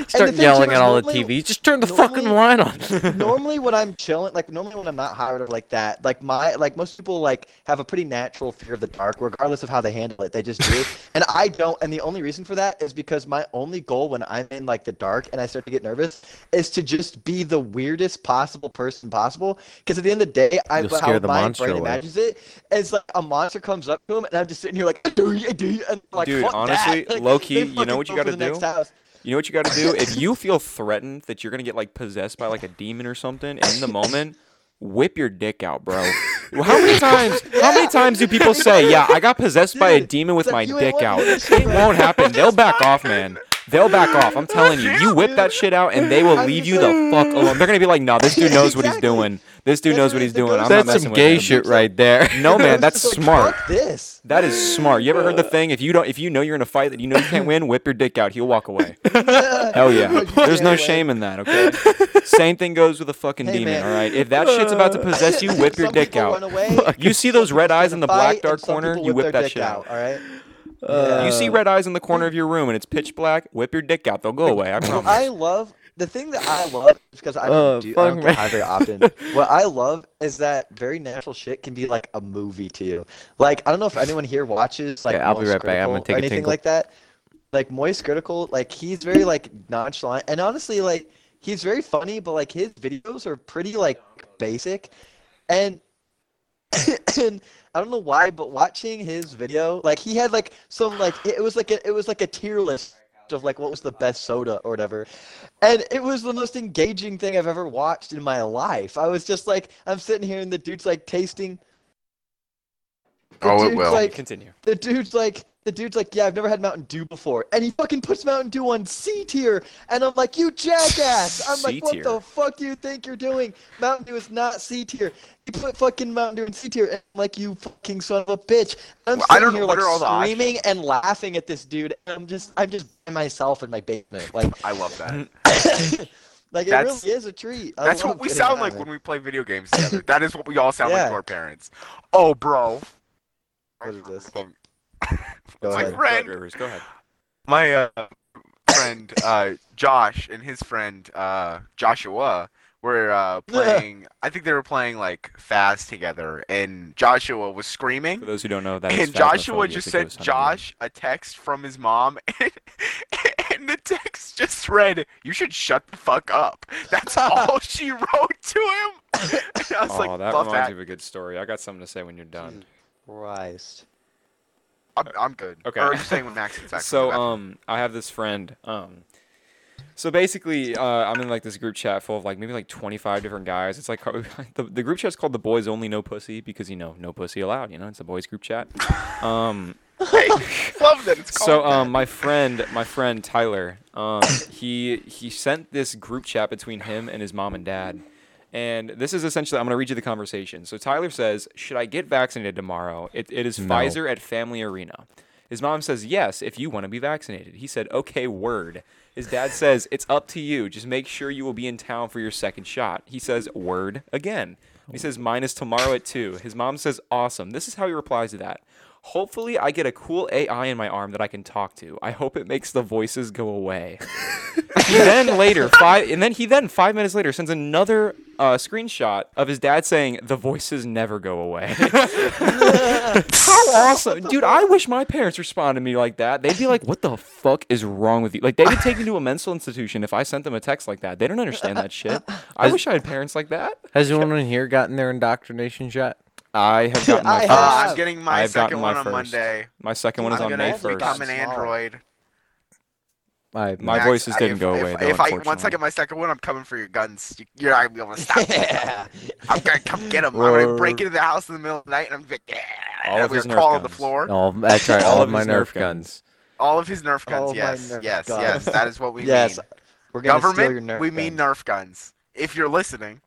Speaker 3: And-
Speaker 2: Start
Speaker 3: thing too
Speaker 2: yelling
Speaker 3: is
Speaker 2: at all the
Speaker 3: normally-
Speaker 2: TVs. Just turn the fucking
Speaker 3: normally-
Speaker 2: light (laughs) on.
Speaker 3: normally when I'm chilling, like normally when I'm not hired or like that, like my like most people like have a pretty natural fear of the dark, regardless of how they handle it. They just
Speaker 1: (laughs)
Speaker 3: do. and I don't. And the only reason for that is because my only goal when I'm in like the dark and I start to get nervous is to just be the weirdest possible person possible. Because at the end of the day, I
Speaker 2: You'll
Speaker 3: how
Speaker 2: scare the
Speaker 3: my
Speaker 2: monster
Speaker 3: brain
Speaker 2: away.
Speaker 3: imagines it is like a monster comes up to him, and I'm just sitting here like, do you do you? And like,
Speaker 1: Dude,
Speaker 3: "Fuck that."
Speaker 1: honestly,
Speaker 3: (laughs) Like,
Speaker 1: low-key,
Speaker 3: they
Speaker 1: you know
Speaker 3: fucking
Speaker 1: what you
Speaker 3: go for
Speaker 1: gotta
Speaker 3: the next
Speaker 1: do?
Speaker 3: house.
Speaker 1: (laughs) You know what you got to do? If you feel threatened that you're going to get like possessed by like a demon or something in the moment, whip your dick out, bro. Well, How many times how many times do people say, "Yeah, I got possessed by a
Speaker 3: Dude,
Speaker 1: demon with
Speaker 3: like,
Speaker 1: my
Speaker 3: you ain't
Speaker 1: dick
Speaker 3: want
Speaker 1: out."
Speaker 3: to do this
Speaker 1: It
Speaker 3: shit, bro.
Speaker 1: won't happen. They'll back off, man. They'll back off. I'm telling you. You whip that shit out and they will
Speaker 3: I'm
Speaker 1: leave you
Speaker 3: just
Speaker 1: the
Speaker 3: like-
Speaker 1: fuck alone. They're going to be like, "No, this dude knows what he's
Speaker 3: Exactly.
Speaker 1: doing. This dude
Speaker 3: That's
Speaker 1: knows
Speaker 3: what
Speaker 1: what he's
Speaker 3: the
Speaker 1: doing.
Speaker 3: ghost
Speaker 1: I'm not
Speaker 2: That's
Speaker 1: messing
Speaker 2: some
Speaker 1: with
Speaker 2: gay
Speaker 1: him."
Speaker 2: shit right there.
Speaker 1: No,
Speaker 3: I
Speaker 1: man,
Speaker 3: was
Speaker 1: that's
Speaker 3: just (laughs) like,
Speaker 1: smart.
Speaker 3: Fuck this.
Speaker 1: That is smart. You ever heard the thing? If you don't, if you know you're in a fight that you know you can't win, whip your dick out. He'll walk away. Hell
Speaker 3: (laughs)
Speaker 1: yeah. There's no
Speaker 3: Anyway.
Speaker 1: shame in that. Okay. Same thing goes with a fucking
Speaker 3: Hey,
Speaker 1: demon.
Speaker 3: man.
Speaker 1: All right. If that shit's about to possess you, whip your
Speaker 3: Some
Speaker 1: dick
Speaker 3: people
Speaker 1: out.
Speaker 3: run
Speaker 1: (laughs)
Speaker 3: away,
Speaker 1: You see those red eyes in the black
Speaker 3: fight,
Speaker 1: dark
Speaker 3: and some
Speaker 1: corner?
Speaker 3: people
Speaker 1: You
Speaker 3: whip
Speaker 1: whip
Speaker 3: their
Speaker 1: that
Speaker 3: dick
Speaker 1: shit out.
Speaker 3: All right.
Speaker 2: (laughs)
Speaker 1: You
Speaker 3: Uh,
Speaker 1: see red eyes in the corner of your room and it's pitch black. Whip your dick out. They'll go away. I promise.
Speaker 3: (laughs) I love the thing that I love because I don't
Speaker 2: Oh,
Speaker 3: do I
Speaker 2: fuck,
Speaker 3: don't get
Speaker 2: man. (laughs)
Speaker 3: high very often. what I love is that very natural shit can be like a movie to you. Like I don't know if anyone here watches like
Speaker 2: Okay, I'll be
Speaker 3: Moist
Speaker 2: right back. I'm
Speaker 3: Critical
Speaker 2: gonna take
Speaker 3: or
Speaker 2: a
Speaker 3: anything
Speaker 2: tingle.
Speaker 3: like that. Like Moist Critical, like he's very like nonchalant and honestly like he's very funny, but like his videos are pretty like basic, and (coughs) and I don't know why, but watching his video, like he had like some like it it was like a, it was like a tier list of like what was the best soda or whatever, and it was the most engaging thing I've ever watched in my life. I was just like, I'm sitting here and the dude's like tasting. The
Speaker 4: Oh, it
Speaker 3: dude's,
Speaker 4: will.
Speaker 3: Like,
Speaker 1: Continue.
Speaker 3: the dude's like, the dude's like, yeah, I've never had Mountain Dew before, and he fucking puts Mountain Dew on C tier, and I'm like, you jackass! I'm like, what
Speaker 1: C-tier.
Speaker 3: the fuck do you think you're doing? Mountain Dew is not C tier. You put fucking Mountain Dew in C tier, and I'm like, you fucking son of a bitch. And I'm
Speaker 4: Well, I
Speaker 3: sitting
Speaker 4: don't-
Speaker 3: here
Speaker 4: what
Speaker 3: like
Speaker 4: are all the options?
Speaker 3: screaming and laughing at this dude, and I'm just, I'm just by myself in my basement, like, (laughs)
Speaker 4: I love that.
Speaker 3: like it
Speaker 4: That's-
Speaker 3: really is a treat. I
Speaker 4: That's
Speaker 3: love
Speaker 4: what we
Speaker 3: getting
Speaker 4: sound
Speaker 3: high,
Speaker 4: like
Speaker 3: man.
Speaker 4: when we play video games together. That is what we all sound like
Speaker 3: Yeah.
Speaker 4: to our parents. Oh, bro.
Speaker 3: What is this?
Speaker 4: Um,
Speaker 3: Go
Speaker 4: It's
Speaker 3: ahead.
Speaker 4: like Red Friend.
Speaker 1: Rivers, go ahead.
Speaker 4: my uh, friend uh, Josh and his friend uh, Joshua
Speaker 3: (laughs)
Speaker 4: were uh, playing. I think they were playing like fast together, and Joshua was
Speaker 1: For
Speaker 4: screaming.
Speaker 1: those who don't know, that is
Speaker 4: And Joshua
Speaker 1: Phasmophobia,
Speaker 4: just
Speaker 1: the
Speaker 4: sent
Speaker 1: ghost hunting game.
Speaker 4: Josh a text from his mom, (laughs) and, and the text just read, "You should shut the fuck up."
Speaker 1: (laughs)
Speaker 4: That's all she wrote to him. (laughs) And I was
Speaker 1: Oh,
Speaker 4: like,
Speaker 1: that
Speaker 4: "Love
Speaker 1: reminds
Speaker 4: that.
Speaker 1: me of a good story. I got something to say when you're done.
Speaker 3: Christ.
Speaker 4: I'm, I'm good."
Speaker 1: Okay.
Speaker 4: Or are you saying when Max gets back?
Speaker 1: (laughs)
Speaker 4: from
Speaker 1: so
Speaker 4: the bathroom?
Speaker 1: um i have this friend um so basically uh, i'm in like this group chat full of like maybe like 25 different guys it's like (laughs) the, the group chat's called the boys only no pussy because you know no pussy allowed you know it's a boys group
Speaker 4: (laughs)
Speaker 1: chat um
Speaker 4: love that it's called
Speaker 1: so
Speaker 4: that.
Speaker 1: um my friend my friend tyler um he he sent this group chat between him and his mom and dad and this is essentially i'm going to read you the conversation so tyler says should i get vaccinated tomorrow it, it is
Speaker 2: No.
Speaker 1: pfizer at family arena his mom says yes if you want to be vaccinated he said okay word his dad says it's up to you just make sure you will be in town for your second shot he says word again he says minus tomorrow at 2 his mom says awesome this is how he replies to that Hopefully, I get a cool AI in my arm that I can talk to. I hope it makes the voices go away. he then later five, and then he then five minutes later sends another uh, screenshot of his dad saying, "The voices never go away." (laughs) How awesome, dude! I wish my parents responded to me like that. They'd be like, "What the fuck is wrong with you?" Like they would take me to a mental institution if I sent them a text like that. They don't understand that shit. I wish I had parents like that.
Speaker 2: Has anyone here gotten their indoctrination shot?
Speaker 1: (laughs) I have gotten my
Speaker 3: I
Speaker 1: first.
Speaker 4: Uh,
Speaker 3: have.
Speaker 4: I'm getting my
Speaker 1: I've gotten
Speaker 4: second
Speaker 1: my
Speaker 4: one on
Speaker 1: first.
Speaker 4: Monday.
Speaker 1: My second one is
Speaker 4: I'm
Speaker 1: on
Speaker 4: gonna
Speaker 1: May
Speaker 3: have to
Speaker 1: first.
Speaker 4: become an
Speaker 3: Small.
Speaker 4: Android.
Speaker 2: I,
Speaker 1: My
Speaker 4: Max,
Speaker 1: voices didn't
Speaker 4: if-
Speaker 1: go
Speaker 4: if-
Speaker 1: away,
Speaker 4: If,
Speaker 1: though,
Speaker 4: I once I
Speaker 1: unfortunately.
Speaker 4: get my second one, I'm coming for your guns. You, you're not gonna be able to stop me.
Speaker 3: (laughs) yeah.
Speaker 4: I'm gonna come get them. I'm gonna break into the house in the middle of the night, and I'm gonna yeah.
Speaker 1: All
Speaker 4: and
Speaker 1: of
Speaker 4: I'm
Speaker 1: his
Speaker 4: gonna
Speaker 1: Nerf
Speaker 4: crawl on the
Speaker 1: guns.
Speaker 2: (laughs)
Speaker 4: floor.
Speaker 2: all that's right. All, of my
Speaker 1: his
Speaker 2: Nerf guns.
Speaker 4: All of his Nerf guns.
Speaker 3: All my
Speaker 4: yes,
Speaker 3: Nerf
Speaker 4: yes,
Speaker 3: guns.
Speaker 4: yes. That is
Speaker 3: (laughs)
Speaker 4: what we
Speaker 3: Yes.
Speaker 4: mean.
Speaker 3: We're gonna steal your
Speaker 4: Government.
Speaker 3: Nerf
Speaker 4: we mean
Speaker 3: guns.
Speaker 4: Nerf guns. If you're listening,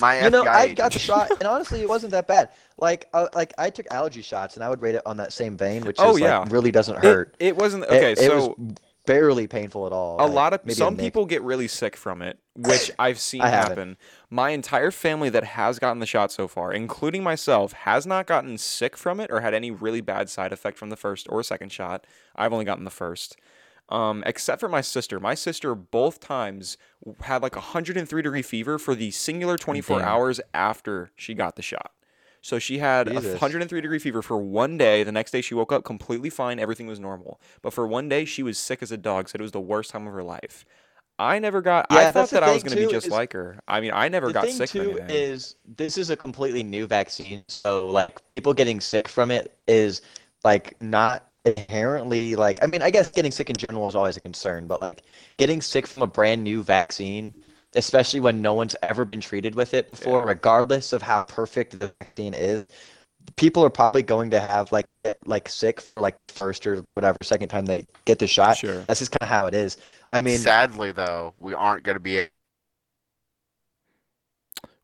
Speaker 4: my
Speaker 3: You know,
Speaker 4: FBI
Speaker 3: I got
Speaker 4: agent.
Speaker 3: the
Speaker 4: (laughs)
Speaker 3: shot, and honestly, it wasn't that bad. Like, uh, like I took allergy shots, and I would rate it on that same vein, which
Speaker 1: Oh,
Speaker 3: is
Speaker 1: yeah.
Speaker 3: like really doesn't
Speaker 1: It,
Speaker 3: hurt.
Speaker 1: it wasn't
Speaker 3: It-
Speaker 1: okay.
Speaker 3: it,
Speaker 1: so
Speaker 3: was barely painful at all.
Speaker 1: a
Speaker 3: like,
Speaker 1: lot of
Speaker 3: maybe a
Speaker 1: some
Speaker 3: nick.
Speaker 1: people get really sick from it,
Speaker 3: (laughs)
Speaker 1: which I've seen
Speaker 3: I haven't.
Speaker 1: happen. My entire family that has gotten the shot so far, including myself, has not gotten sick from it or had any really bad side effect from the first or second shot. I've only gotten the first. Um, except for my sister. My sister both times w- had like a 103 degree fever for the singular 24
Speaker 2: Damn.
Speaker 1: hours after she got the shot. So she had a
Speaker 3: Jesus.
Speaker 1: 103 degree fever for one day. The next day she woke up completely fine. Everything was normal. But for one day she was sick as a dog. Said it was the worst time of her life. I never got.
Speaker 3: Yeah,
Speaker 1: I
Speaker 3: that's
Speaker 1: thought
Speaker 3: the
Speaker 1: that I was
Speaker 3: thing,
Speaker 1: going to be
Speaker 3: too,
Speaker 1: just
Speaker 3: is-
Speaker 1: like her. I mean, I never
Speaker 3: the
Speaker 1: got
Speaker 3: thing
Speaker 1: sick
Speaker 3: too
Speaker 1: from anything.
Speaker 3: is this is a completely new vaccine so like people getting sick from it is like not inherently like i mean i guess getting sick in general is always a concern but like getting sick from a brand new vaccine especially when no one's ever been treated with it before regardless of how perfect the vaccine is people are probably going to have like get, like sick for like first or whatever second time they get the shot
Speaker 1: Sure.
Speaker 3: that's just kind of how it is i mean
Speaker 4: sadly though, we aren't gonna
Speaker 3: (laughs)
Speaker 4: be. a-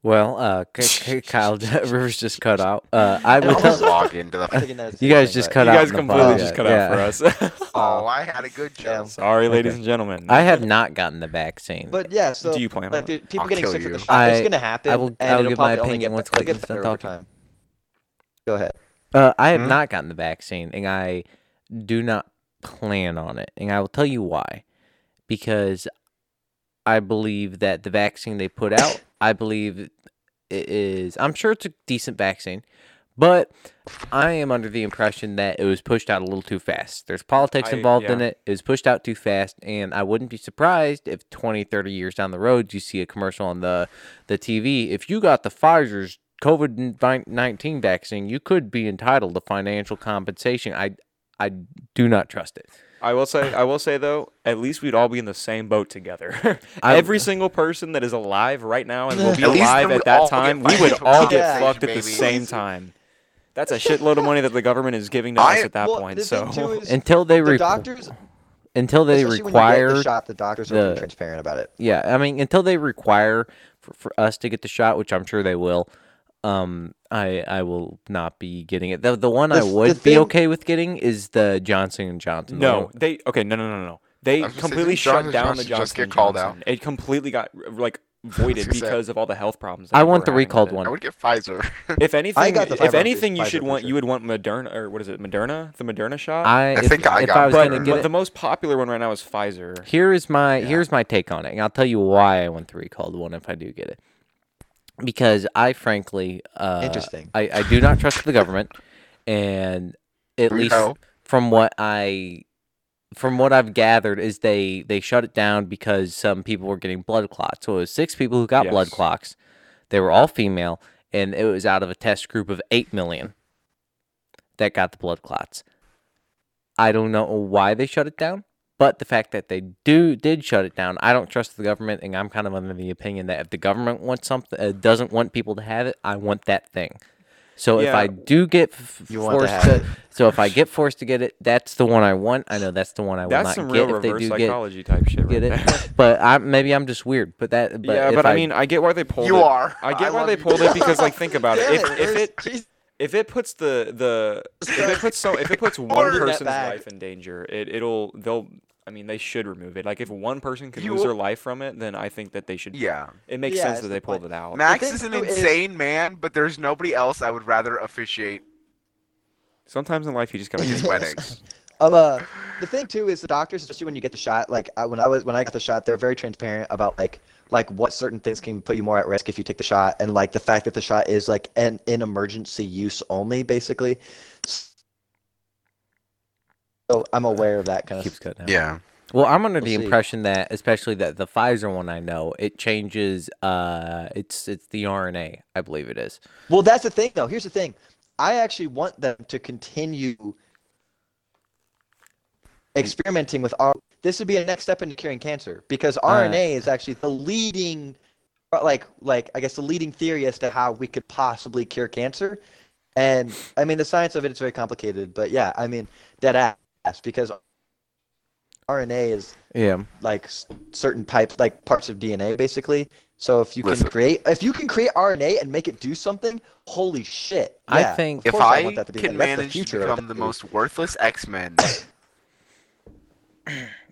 Speaker 2: Well, uh, K-
Speaker 3: (laughs)
Speaker 2: K- Kyle (laughs) Rivers just cut out. Uh, I
Speaker 3: And
Speaker 2: would.
Speaker 3: also-
Speaker 2: Tell,
Speaker 4: log into
Speaker 3: I'm
Speaker 4: the.
Speaker 3: thinking that (laughs) it's
Speaker 2: you guys
Speaker 3: something,
Speaker 2: just
Speaker 3: but-
Speaker 2: cut
Speaker 1: you
Speaker 2: out.
Speaker 1: guys
Speaker 2: in the
Speaker 1: completely
Speaker 2: podcast.
Speaker 1: just cut
Speaker 2: Yeah.
Speaker 1: out for
Speaker 3: (laughs)
Speaker 1: us.
Speaker 4: (laughs) Oh, I had a good
Speaker 3: Yeah.
Speaker 4: joke.
Speaker 1: Sorry,
Speaker 2: Okay.
Speaker 1: ladies and gentlemen.
Speaker 2: (laughs) I have not gotten the vaccine.
Speaker 3: But yeah, so
Speaker 1: Do you plan on
Speaker 3: like
Speaker 1: it?
Speaker 3: dude, people
Speaker 4: I'll
Speaker 3: getting
Speaker 4: kill
Speaker 3: sick with
Speaker 4: you.
Speaker 3: the shot,
Speaker 2: I-
Speaker 3: it's gonna happen.
Speaker 2: I will-
Speaker 3: and
Speaker 2: I will
Speaker 3: it'll
Speaker 2: give my
Speaker 3: probably only
Speaker 2: opinion
Speaker 3: get
Speaker 2: once
Speaker 3: better- it'll
Speaker 2: Clayton's
Speaker 3: get
Speaker 2: done
Speaker 3: better over
Speaker 2: talking.
Speaker 3: time. Go ahead.
Speaker 2: Uh, I have
Speaker 4: Hmm?
Speaker 2: not gotten the vaccine, and I do not plan on it, and I will tell you why. Because I believe that the vaccine they put out, I believe it is. I'm sure it's a decent vaccine, but I am under the impression that it was pushed out a little too fast. There's politics
Speaker 1: I-
Speaker 2: involved in
Speaker 1: yeah.
Speaker 2: it. It was pushed out too fast, and I wouldn't be surprised if 20, 30 years down the road, you see a commercial on the the TV. If you got the Pfizer's COVID nineteen vaccine, you could be entitled to financial compensation. I I do not trust it.
Speaker 1: I will say, I will say though, at least we'd all be in the same boat together. (laughs)
Speaker 2: I-
Speaker 1: Every single person that is alive right now and will be
Speaker 4: At least
Speaker 1: alive
Speaker 4: they
Speaker 1: at
Speaker 4: would
Speaker 1: that
Speaker 4: all get
Speaker 1: time, we would
Speaker 3: (laughs)
Speaker 4: financial
Speaker 1: all get
Speaker 3: compensation,
Speaker 1: fucked at the
Speaker 4: baby.
Speaker 1: same time. That's a shitload of money that the government is giving to
Speaker 4: I-
Speaker 1: us at that
Speaker 3: well,
Speaker 1: point.
Speaker 3: the
Speaker 1: (laughs)
Speaker 3: thing too
Speaker 1: So
Speaker 3: is
Speaker 2: Until they
Speaker 3: the
Speaker 2: re-
Speaker 3: doctors,
Speaker 2: until they
Speaker 3: especially when you get
Speaker 2: require
Speaker 3: the shot, the doctors are really
Speaker 2: the-
Speaker 3: transparent about it.
Speaker 2: yeah i mean until they require for, for us to get the shot which i'm sure they will um i i will not be getting it the, the one i
Speaker 3: The- the
Speaker 2: would be
Speaker 3: thing-
Speaker 2: okay with getting is the johnson and johnson the
Speaker 1: no,
Speaker 2: one-
Speaker 1: they okay, no, no, no, no. They
Speaker 4: I was gonna say,
Speaker 1: completely
Speaker 4: didn't
Speaker 1: shut
Speaker 4: Johnson
Speaker 1: down the
Speaker 4: Johnson just
Speaker 1: Johnson
Speaker 4: get called
Speaker 1: Johnson. It completely got like
Speaker 4: (laughs)
Speaker 1: voided
Speaker 4: gonna say.
Speaker 1: because of all the health problems. that
Speaker 2: i
Speaker 1: people
Speaker 2: want
Speaker 1: were
Speaker 2: the
Speaker 1: having with
Speaker 2: recalled
Speaker 1: it.
Speaker 4: I
Speaker 2: one
Speaker 4: would get Pfizer.
Speaker 1: (laughs) If anything,
Speaker 3: got the
Speaker 1: if
Speaker 3: Pfizer-
Speaker 1: anything, you
Speaker 3: Pfizer
Speaker 1: should want
Speaker 3: booster.
Speaker 1: you would want Moderna or what is it, Moderna, the Moderna shot.
Speaker 2: i, if,
Speaker 4: think I
Speaker 2: if
Speaker 4: got
Speaker 2: i was
Speaker 1: but
Speaker 2: gonna
Speaker 4: Moderna.
Speaker 2: get
Speaker 1: the
Speaker 2: it
Speaker 1: most popular one right now is Pfizer.
Speaker 2: here is my here's my take on it and i'll tell you why i want the recalled one if i do get it because i frankly uh
Speaker 3: Interesting.
Speaker 2: I, I do not trust the government, and
Speaker 4: (laughs)
Speaker 2: at
Speaker 4: We
Speaker 2: least
Speaker 4: know.
Speaker 2: from what I from what I've gathered is they they shut it down because some people were getting blood clots. So it was six people who got blood
Speaker 1: Yes.
Speaker 2: clots. They were all female, and it was out of a test group of eight million that got the blood clots. I don't know why they shut it down, but the fact that they do did shut it down, I don't trust the government, and I'm kind of under the opinion that if the government wants something, uh, doesn't want people to have it, I want that thing. So if
Speaker 1: Yeah.
Speaker 2: I do get f-
Speaker 3: You want to
Speaker 2: forced
Speaker 3: have
Speaker 2: to,
Speaker 3: it.
Speaker 2: so if I get forced to get it, that's the one I want. I know that's the one I will
Speaker 1: That's
Speaker 2: not
Speaker 1: some
Speaker 2: get
Speaker 1: real
Speaker 2: if they
Speaker 1: reverse
Speaker 2: do get,
Speaker 1: psychology type shit.
Speaker 2: get
Speaker 1: right there.
Speaker 2: it. (laughs) But I, maybe I'm just weird. But that, but
Speaker 1: yeah,
Speaker 2: if
Speaker 1: but I, mean, I get why they pulled it.
Speaker 4: You are.
Speaker 1: I get
Speaker 4: I
Speaker 1: why
Speaker 4: love
Speaker 1: they
Speaker 4: you.
Speaker 1: pulled it because, like, think about it. If,
Speaker 3: Damn
Speaker 1: if
Speaker 3: where's-
Speaker 1: it
Speaker 3: Jesus,
Speaker 1: if it puts the the if it puts so if it
Speaker 4: (laughs)
Speaker 1: puts one
Speaker 3: Order that
Speaker 1: person's
Speaker 3: back.
Speaker 1: life in danger, it it'll they'll. I mean, they should remove it. Like, if one person could
Speaker 4: You
Speaker 1: lose
Speaker 4: will-
Speaker 1: their life from it, then I think that they should.
Speaker 4: yeah.
Speaker 1: It makes
Speaker 3: Yeah,
Speaker 1: sense
Speaker 3: it's
Speaker 1: that
Speaker 3: the
Speaker 1: they pulled
Speaker 3: point.
Speaker 1: it out.
Speaker 4: Max
Speaker 3: thing
Speaker 4: is an
Speaker 3: too is-
Speaker 4: insane man, but there's nobody else I
Speaker 3: (laughs)
Speaker 4: would rather officiate (laughs)
Speaker 1: Sometimes in life, you just gotta.
Speaker 4: his
Speaker 1: Think.
Speaker 4: weddings.
Speaker 3: I'm a uh, the thing too is the doctors, especially when you get the shot. Like I, when I was when I got the shot, they're very transparent about like like what certain things can put you more at risk if you take the shot, and like the fact that the shot is like an in emergency use only, basically. So I'm aware of that kind of.
Speaker 2: Keeps cutting out.
Speaker 4: Yeah.
Speaker 2: Well, I'm under
Speaker 3: We'll
Speaker 2: the
Speaker 3: see.
Speaker 2: impression that, especially that the Pfizer one, I know it changes. Uh, it's it's the RNA, I believe it is.
Speaker 3: Well, that's the thing though. Here's the thing. I actually want them to continue experimenting with R. This would be a next step in curing cancer because RNA is actually the leading, like, like I guess the leading theory as to how we could possibly cure cancer. And I mean, the science of it is very complicated, but yeah, I mean, dead ass because RNA is
Speaker 2: Yeah.
Speaker 3: like s- certain types, like parts of DNA, basically. So if you can
Speaker 4: Listen.
Speaker 3: create, if you can create RNA and make it do something, holy shit!
Speaker 2: I
Speaker 3: Yeah,
Speaker 2: think-
Speaker 3: of
Speaker 4: If
Speaker 3: course
Speaker 4: I,
Speaker 3: want that to be
Speaker 4: can
Speaker 3: done. That's the
Speaker 4: manage to
Speaker 3: future of
Speaker 4: become the
Speaker 3: it. (laughs)
Speaker 4: most worthless X Men,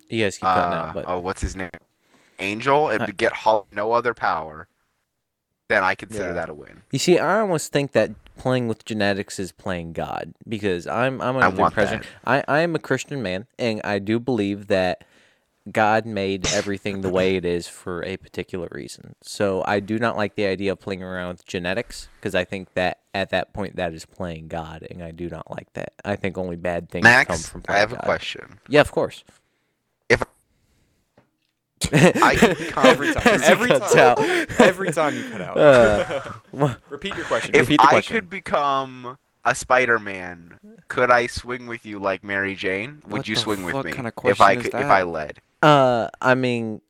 Speaker 2: You guys keep cutting
Speaker 4: uh,
Speaker 2: out, but
Speaker 4: oh, what's his name? Angel, and
Speaker 2: Huh.
Speaker 4: get Hulk no other power, then I consider
Speaker 3: Yeah.
Speaker 4: that a win.
Speaker 2: you see, I almost think that playing with genetics is playing God because I'm I'm under the
Speaker 4: want
Speaker 2: impression I I am a Christian man and I do believe that God made everything the way it is for a particular reason. So I do not like the idea of playing around with genetics because I think that at that point that is playing God, and I do not like that. I think only bad things come
Speaker 4: Max,
Speaker 2: from
Speaker 4: I
Speaker 2: playing
Speaker 4: have a
Speaker 2: God.
Speaker 4: question.
Speaker 2: Yeah, of course. (laughs)
Speaker 4: If- I can (laughs)
Speaker 1: Every time. Every
Speaker 2: Cut
Speaker 1: time.
Speaker 2: out.
Speaker 1: Every time you cut out.
Speaker 2: wha-
Speaker 1: (laughs) Repeat your question.
Speaker 4: If
Speaker 1: Repeat the
Speaker 4: I
Speaker 1: question.
Speaker 4: could become a Spider Man, could I swing with you like Mary Jane? Would
Speaker 1: What
Speaker 4: you
Speaker 1: the
Speaker 4: swing with
Speaker 1: fuck
Speaker 4: me
Speaker 1: kinda
Speaker 4: if I
Speaker 1: question is
Speaker 4: could,
Speaker 1: that?
Speaker 4: if I led?
Speaker 2: Uh, I mean,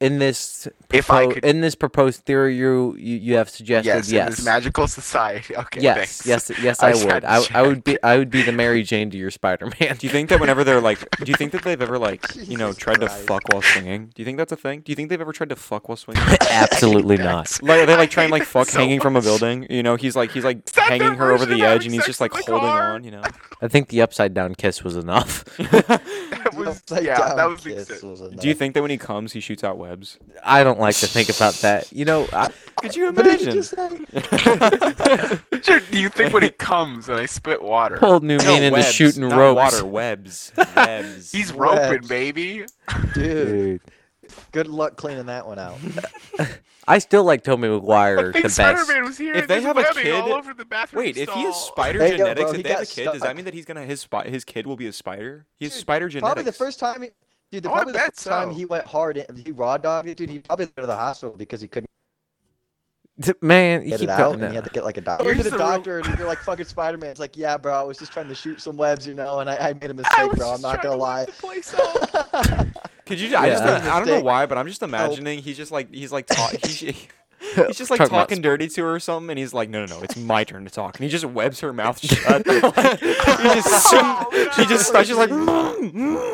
Speaker 2: in this
Speaker 4: If I
Speaker 2: propo-
Speaker 4: could-
Speaker 2: in this proposed theory, you you, you have suggested
Speaker 4: Yes,
Speaker 2: yes,
Speaker 4: in this magical society. (laughs) Okay,
Speaker 2: yes,
Speaker 4: thanks. (laughs)
Speaker 2: yes, yes,
Speaker 4: I
Speaker 2: I,
Speaker 4: just had
Speaker 2: would.
Speaker 4: to
Speaker 2: I, I would be I would be the Mary Jane to your Spider Man.
Speaker 1: do you
Speaker 4: (laughs)
Speaker 1: think that whenever they're like, do you think that they've ever like, you know,
Speaker 3: Jesus
Speaker 1: tried to
Speaker 3: Christ.
Speaker 1: fuck while swinging? Do you think that's a thing? Do you think they've ever tried to fuck while swinging?
Speaker 2: (laughs) Absolutely not.
Speaker 4: (laughs)
Speaker 1: Like they
Speaker 4: I
Speaker 1: like try and
Speaker 4: hate
Speaker 1: like
Speaker 4: that
Speaker 1: fuck
Speaker 4: so
Speaker 1: hanging from a
Speaker 4: much.
Speaker 1: building. You know, he's like he's like
Speaker 4: Is that
Speaker 1: hanging
Speaker 4: their
Speaker 1: her over
Speaker 4: version
Speaker 1: the
Speaker 4: of having
Speaker 1: edge, and he's
Speaker 4: sex
Speaker 1: just
Speaker 4: in
Speaker 1: like
Speaker 4: the
Speaker 1: holding
Speaker 4: car?
Speaker 1: on. You know,
Speaker 2: I think the upside down kiss was enough.
Speaker 4: (laughs)
Speaker 2: (laughs)
Speaker 3: (laughs)
Speaker 4: That was,
Speaker 3: Upside
Speaker 4: yeah,
Speaker 3: down
Speaker 4: that was
Speaker 3: kiss
Speaker 4: exist.
Speaker 3: was
Speaker 1: do you
Speaker 3: enough.
Speaker 1: think that when he comes, he shoots out webs?
Speaker 2: I don't like to think about that. You know, I,
Speaker 1: Could
Speaker 4: (laughs)
Speaker 1: you
Speaker 3: What did you
Speaker 1: imagine? (laughs)
Speaker 3: just say?
Speaker 4: Sure, do you think when he comes and I spit water?
Speaker 2: whole new
Speaker 1: No,
Speaker 2: meaning to
Speaker 1: webs,
Speaker 2: shooting
Speaker 1: not
Speaker 2: ropes.
Speaker 1: Water webs. (laughs) Webs.
Speaker 4: He's roping,
Speaker 3: Webs.
Speaker 4: baby.
Speaker 3: dude?
Speaker 2: Dude.
Speaker 3: Good luck cleaning that one
Speaker 4: (laughs)
Speaker 3: out.
Speaker 2: I still like Tommy McGuire
Speaker 4: I
Speaker 2: the
Speaker 4: think
Speaker 2: best.
Speaker 4: Spider-Man was here.
Speaker 1: If
Speaker 4: and
Speaker 1: they
Speaker 4: there's
Speaker 1: have a
Speaker 4: webbing
Speaker 1: kid-
Speaker 4: all over the bathroom
Speaker 1: Wait, if he
Speaker 4: stall.
Speaker 1: has spider
Speaker 3: There you go,
Speaker 1: genetics,
Speaker 3: bro, he
Speaker 1: if they have a
Speaker 3: got
Speaker 1: kid, does that
Speaker 3: stuck.
Speaker 1: mean that he's gonna his spi- his kid will be a spider? He has
Speaker 3: Dude,
Speaker 1: spider genetics.
Speaker 3: Probably the first time, he, dude. The,
Speaker 4: Oh, I would
Speaker 3: probably the
Speaker 4: bet
Speaker 3: first time
Speaker 4: so.
Speaker 3: he went hard, in, he raw dogged it, dude. He probably went to the hospital because he couldn't
Speaker 2: D- Man, you
Speaker 3: get it
Speaker 2: keep
Speaker 3: out,
Speaker 2: cutting
Speaker 3: and he had
Speaker 2: that.
Speaker 3: to get like a doctor.
Speaker 4: Here's
Speaker 3: Went to
Speaker 4: the
Speaker 3: the
Speaker 4: real-
Speaker 3: doctor, and you're like fucking Spider Man. It's like, yeah, bro, I was just trying to shoot some webs, you know, and I, I made a
Speaker 4: (laughs) I
Speaker 3: mistake,
Speaker 4: was
Speaker 3: bro. I'm
Speaker 4: just
Speaker 3: not
Speaker 4: trying
Speaker 3: gonna
Speaker 4: to
Speaker 3: lie.
Speaker 4: wipe the place off.
Speaker 3: (laughs)
Speaker 1: Could you? I, just,
Speaker 2: Yeah.
Speaker 1: I don't know
Speaker 3: Mistake.
Speaker 1: why, but I'm just imagining he's just like he's like ta- he's, he's just like
Speaker 2: Talking about
Speaker 1: talking dirty to her or something, and he's like, no, no, no, it's my turn to talk, and he just webs her
Speaker 2: (laughs)
Speaker 1: mouth shut. (laughs) he just,
Speaker 4: Oh, no.
Speaker 1: she just starts just like. "Mm, mm."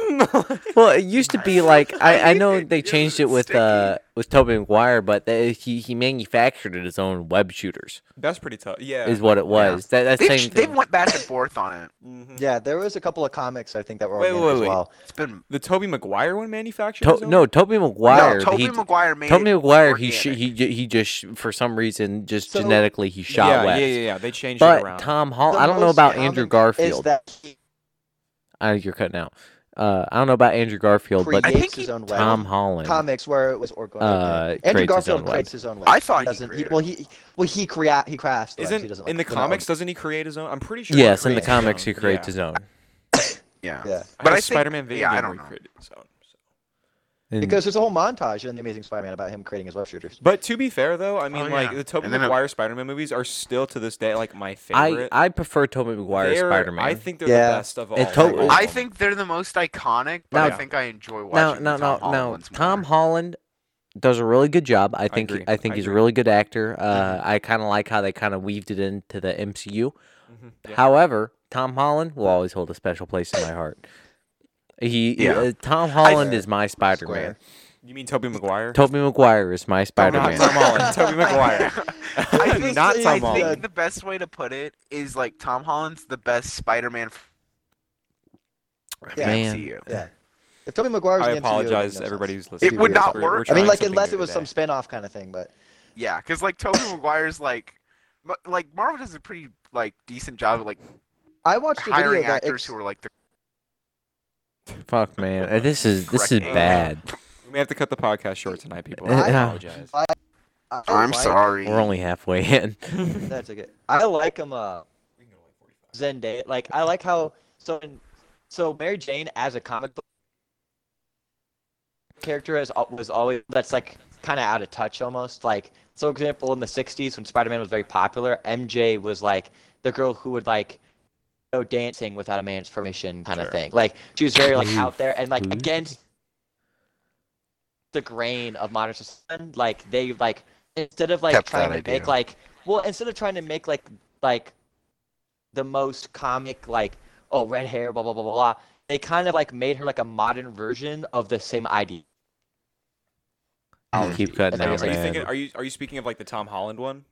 Speaker 2: Well, it used to be like I, I know they
Speaker 4: It
Speaker 2: changed it
Speaker 4: was
Speaker 2: with
Speaker 4: sticky.
Speaker 2: uh with Toby Maguire, but they, he he manufactured his own web shooters
Speaker 1: (laughs) That's pretty tough. Yeah.
Speaker 2: is what it was. That that
Speaker 4: They,
Speaker 2: same
Speaker 4: they
Speaker 2: thing.
Speaker 4: went back and forth on it.
Speaker 1: Mhm.
Speaker 3: Yeah, there was a couple of comics I think that were
Speaker 1: Wait,
Speaker 3: organic
Speaker 1: wait, wait.
Speaker 3: as well.
Speaker 4: It's been
Speaker 1: The Toby Maguire one manufactured.
Speaker 2: To-
Speaker 1: his own?
Speaker 2: no, Toby Maguire.
Speaker 4: no. Tobey
Speaker 2: he,
Speaker 4: Maguire made.
Speaker 2: Toby
Speaker 4: it
Speaker 2: Maguire. He sh-
Speaker 4: organic.
Speaker 2: he j- he just sh- for some reason just
Speaker 3: So-
Speaker 2: genetically he shot
Speaker 1: yeah,
Speaker 2: webs.
Speaker 1: yeah, yeah, yeah. They changed it
Speaker 2: But
Speaker 1: around.
Speaker 2: Tom Hall,
Speaker 3: The
Speaker 2: I don't know
Speaker 3: most
Speaker 2: about
Speaker 3: common
Speaker 2: Andrew
Speaker 3: Is
Speaker 2: Garfield.
Speaker 3: that he
Speaker 2: I think you're cutting out. Uh, I don't know about Andrew Garfield, but
Speaker 4: I think
Speaker 3: creates
Speaker 4: he-
Speaker 3: his own web.
Speaker 2: Tom Holland.
Speaker 3: comics where it was organic.
Speaker 2: Uh, creates
Speaker 3: Andrew
Speaker 2: his
Speaker 3: Garfield
Speaker 2: own web.
Speaker 3: creates his own web.
Speaker 4: I thought he
Speaker 3: doesn't.
Speaker 4: created
Speaker 3: well, he well he crea- he crafts. the webs, he
Speaker 1: Isn't
Speaker 3: doesn't,
Speaker 1: in the
Speaker 3: like, put out
Speaker 1: comics? Doesn't he create his own? I'm pretty sure. he
Speaker 2: yes, in the
Speaker 1: creates his
Speaker 2: comics
Speaker 1: own.
Speaker 2: he creates
Speaker 1: Yeah.
Speaker 2: his own.
Speaker 4: Yeah.
Speaker 3: Yeah.
Speaker 1: But
Speaker 4: But
Speaker 1: I
Speaker 4: I
Speaker 1: think,
Speaker 4: think-
Speaker 1: Spider-Man video
Speaker 4: yeah, I
Speaker 1: game
Speaker 4: don't
Speaker 1: where he
Speaker 4: know.
Speaker 1: created his own, so.
Speaker 2: And-
Speaker 3: because there's a whole montage in the Amazing Spider-Man about him creating his
Speaker 1: (laughs)
Speaker 3: web shooters.
Speaker 1: But to be fair, though, I mean,
Speaker 4: Oh,
Speaker 1: like
Speaker 4: yeah.
Speaker 1: the Tobey
Speaker 4: And then it-
Speaker 1: Maguire Spider-Man movies are still to this day like my
Speaker 2: I
Speaker 1: favorite.
Speaker 2: I prefer Tobey Maguire
Speaker 1: They're-
Speaker 2: Spider Man.
Speaker 1: I think they're
Speaker 3: Yeah.
Speaker 1: the best of all. Mm-hmm.
Speaker 2: It tot-
Speaker 1: Like,
Speaker 4: I think they're the most iconic, but
Speaker 1: Now-
Speaker 4: I think I enjoy
Speaker 2: No,
Speaker 4: watching.
Speaker 2: no,
Speaker 4: the
Speaker 2: no,
Speaker 4: Tom
Speaker 2: no.
Speaker 4: Hollands
Speaker 2: Tom
Speaker 4: more.
Speaker 2: Holland does a really good job. I think.
Speaker 1: agree.
Speaker 2: I, think
Speaker 1: I
Speaker 2: he's a
Speaker 1: agree.
Speaker 2: really good actor. Uh, I kind of like how they kind of weaved it into the MCU.
Speaker 1: Mhm, yeah.
Speaker 2: However, Tom Holland will always hold a special place in my heart. He,
Speaker 4: Yeah.
Speaker 2: uh, Tom Holland
Speaker 3: Fair.
Speaker 2: is my Spider Man.
Speaker 1: you mean Tobey Maguire?
Speaker 2: Tobey Maguire is my Spider
Speaker 1: Not
Speaker 2: Man.
Speaker 1: Tom Holland. Tobey Maguire.
Speaker 4: I think,
Speaker 1: (laughs) Not
Speaker 4: I
Speaker 1: Tom
Speaker 4: think
Speaker 1: Holland.
Speaker 4: the best way to put it is like Tom Holland's the best Spider-Man. f- in the
Speaker 3: Yeah.
Speaker 2: Man.
Speaker 4: MCU.
Speaker 3: Yeah. If Tobey Maguire's
Speaker 1: I
Speaker 3: in the MCU, it would make
Speaker 1: apologize,
Speaker 3: no sense.
Speaker 1: everybody who's listening.
Speaker 4: It would not
Speaker 1: We're- we're
Speaker 4: work.
Speaker 3: I mean,
Speaker 1: trying
Speaker 3: like
Speaker 1: something
Speaker 3: unless
Speaker 1: new
Speaker 3: it was some
Speaker 1: today.
Speaker 3: spin-off kind of thing, but
Speaker 4: Yeah, because like Tobey Maguire's like, ma- like Marvel does a pretty like decent job of like
Speaker 3: I watched a video
Speaker 4: hiring
Speaker 3: that
Speaker 4: actors
Speaker 3: ex-
Speaker 4: who are like the
Speaker 2: Fuck, man. Uh, This is this is
Speaker 4: Freaking-
Speaker 2: bad.
Speaker 1: We may have to cut the podcast short tonight,
Speaker 2: (laughs)
Speaker 1: people.
Speaker 2: Yeah.
Speaker 1: I apologize.
Speaker 3: I, I
Speaker 4: I'm
Speaker 3: like-
Speaker 4: sorry.
Speaker 2: We're only halfway in.
Speaker 3: That's okay. I like him. Uh, Zendaya. Like I like how so. In, so Mary Jane as a comic book character has al- was always that's like kind of out of touch almost. Like so, example in the '60s when Spider-Man was very popular, MJ was like the girl who would like go dancing without a man's permission kind
Speaker 1: Sure.
Speaker 3: of thing. Like she was very like
Speaker 2: Oof.
Speaker 3: out there and like
Speaker 2: Oof.
Speaker 3: against the grain of modern society. Like they like instead of like
Speaker 4: Kept
Speaker 3: trying to
Speaker 4: that idea.
Speaker 3: make like well instead of trying to make like like the most comic like oh red hair blah blah blah blah blah they kind of like made her like a modern version of the same idea.
Speaker 2: Keep cutting
Speaker 3: I
Speaker 1: Are you
Speaker 2: out,
Speaker 3: guess, like,
Speaker 2: man.
Speaker 1: thinking? Are you are you speaking of like the Tom Holland one?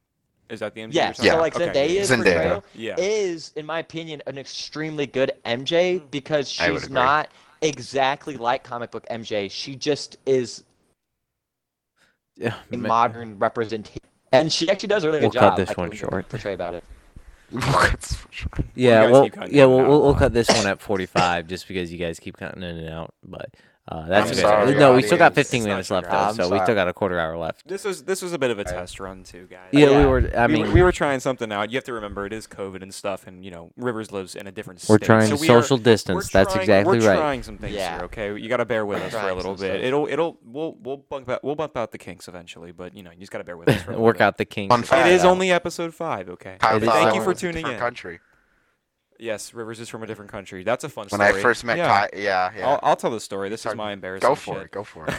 Speaker 1: Is that the MJ?
Speaker 3: Yeah,
Speaker 1: you're talking
Speaker 3: so
Speaker 1: about?
Speaker 3: like
Speaker 1: Okay,
Speaker 3: Zendaya's
Speaker 4: Zendaya.
Speaker 3: portrayal
Speaker 1: Yeah. yeah.
Speaker 3: is, in my opinion, an extremely good MJ because
Speaker 4: I would
Speaker 3: she's
Speaker 4: agree.
Speaker 3: not exactly like comic book MJ. She just is
Speaker 2: Yeah,
Speaker 3: a
Speaker 2: ma-
Speaker 3: modern representation, and she actually does a really
Speaker 2: We'll
Speaker 3: good
Speaker 2: cut
Speaker 3: job.
Speaker 2: this
Speaker 3: like,
Speaker 2: one
Speaker 3: when you
Speaker 2: short.
Speaker 3: Portray about it.
Speaker 4: (laughs)
Speaker 3: (laughs)
Speaker 4: That's for sure.
Speaker 2: Yeah,
Speaker 1: guys
Speaker 2: well,
Speaker 1: keep cutting
Speaker 2: yeah,
Speaker 1: it
Speaker 2: we'll,
Speaker 1: out a
Speaker 2: we'll, we'll
Speaker 1: lot.
Speaker 2: cut this one at 45 just because you guys keep cutting in and out. But uh, that's
Speaker 4: I'm
Speaker 2: okay.
Speaker 4: sorry,
Speaker 2: no, we still got
Speaker 4: audience.
Speaker 2: 15
Speaker 1: It's not
Speaker 2: minutes
Speaker 1: your
Speaker 2: left, though,
Speaker 3: problem.
Speaker 2: so
Speaker 3: I'm
Speaker 2: we still
Speaker 3: sorry.
Speaker 2: got a quarter hour left.
Speaker 1: This was this was a bit of a test run too, guys.
Speaker 2: Yeah, we
Speaker 3: yeah.
Speaker 2: were. I
Speaker 1: We-
Speaker 2: mean,
Speaker 1: we, were trying something out. You have to remember it is COVID and stuff, and you know Rivers lives in a different state.
Speaker 2: we're trying
Speaker 1: so
Speaker 2: to
Speaker 1: we are-
Speaker 2: social distance.
Speaker 1: We're
Speaker 2: That's
Speaker 1: trying-
Speaker 2: exactly
Speaker 1: We're
Speaker 2: right.
Speaker 1: trying some things
Speaker 3: Yeah.
Speaker 1: here, okay? You got to bear with
Speaker 3: We're
Speaker 1: us for a
Speaker 3: trying
Speaker 1: little
Speaker 3: some
Speaker 1: bit.
Speaker 3: stuff.
Speaker 1: It'll it'll we'll we'll bump out we'll bump out the kinks eventually, but you know you just got to bear with us. For a little
Speaker 2: (laughs) Work
Speaker 1: bit.
Speaker 2: out the kinks.
Speaker 4: Fun
Speaker 1: It
Speaker 4: fact.
Speaker 1: is
Speaker 4: though.
Speaker 1: only episode five, okay?
Speaker 4: Kyle
Speaker 2: It is
Speaker 4: thought
Speaker 1: Thank
Speaker 4: I
Speaker 1: you
Speaker 4: was
Speaker 1: for
Speaker 4: in a
Speaker 1: tuning
Speaker 4: different
Speaker 1: in.
Speaker 4: Country.
Speaker 1: Yes, Rivers is from a different country. That's a fun
Speaker 4: When
Speaker 1: story.
Speaker 4: I first met
Speaker 1: yeah.
Speaker 4: Kyle, yeah, yeah.
Speaker 1: I'll, I'll tell the story. This is
Speaker 4: Sorry.
Speaker 1: my embarrassing
Speaker 4: go for
Speaker 1: shit.
Speaker 4: it. Go for it.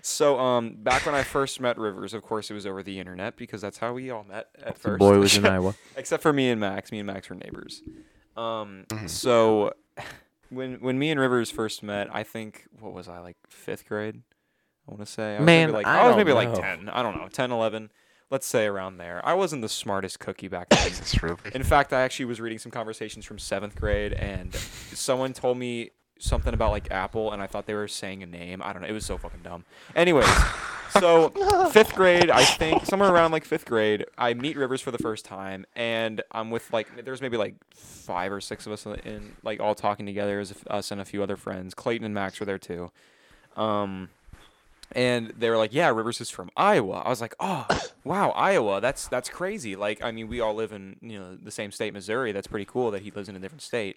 Speaker 1: so, um, back when I first met Rivers, of course, it was over the internet because that's how we all met at
Speaker 2: The
Speaker 1: first.
Speaker 2: boy was (laughs) in Iowa.
Speaker 1: except for me and Max. Me and Max were neighbors. Um, so (sighs) when when me and Rivers first met, I think what was I like fifth grade? I want to say. I was
Speaker 2: Man,
Speaker 1: maybe like,
Speaker 2: I
Speaker 1: was
Speaker 2: don't
Speaker 1: maybe like
Speaker 2: know.
Speaker 1: ten. I don't know, 10, 11. Let's say around there. I wasn't the smartest cookie back then. (laughs)
Speaker 4: Jesus, really?
Speaker 1: In fact, I actually was reading some conversations from seventh grade, and someone told me something about like Apple, and I thought they were saying a name. I don't know. It was so fucking dumb. Anyways, so fifth grade, I think somewhere around like fifth grade, I meet Rivers for the first time, and I'm with like there's maybe like five or six of us in- in like all talking together. It was us and a few other friends. Clayton and Max were there too. Um, and they were like, "Yeah, Rivers is from Iowa." I was like, "Oh, (coughs) wow, Iowa. That's that's crazy. Like, I mean, we all live in you know the same state, Missouri. That's pretty cool that he lives in a different state."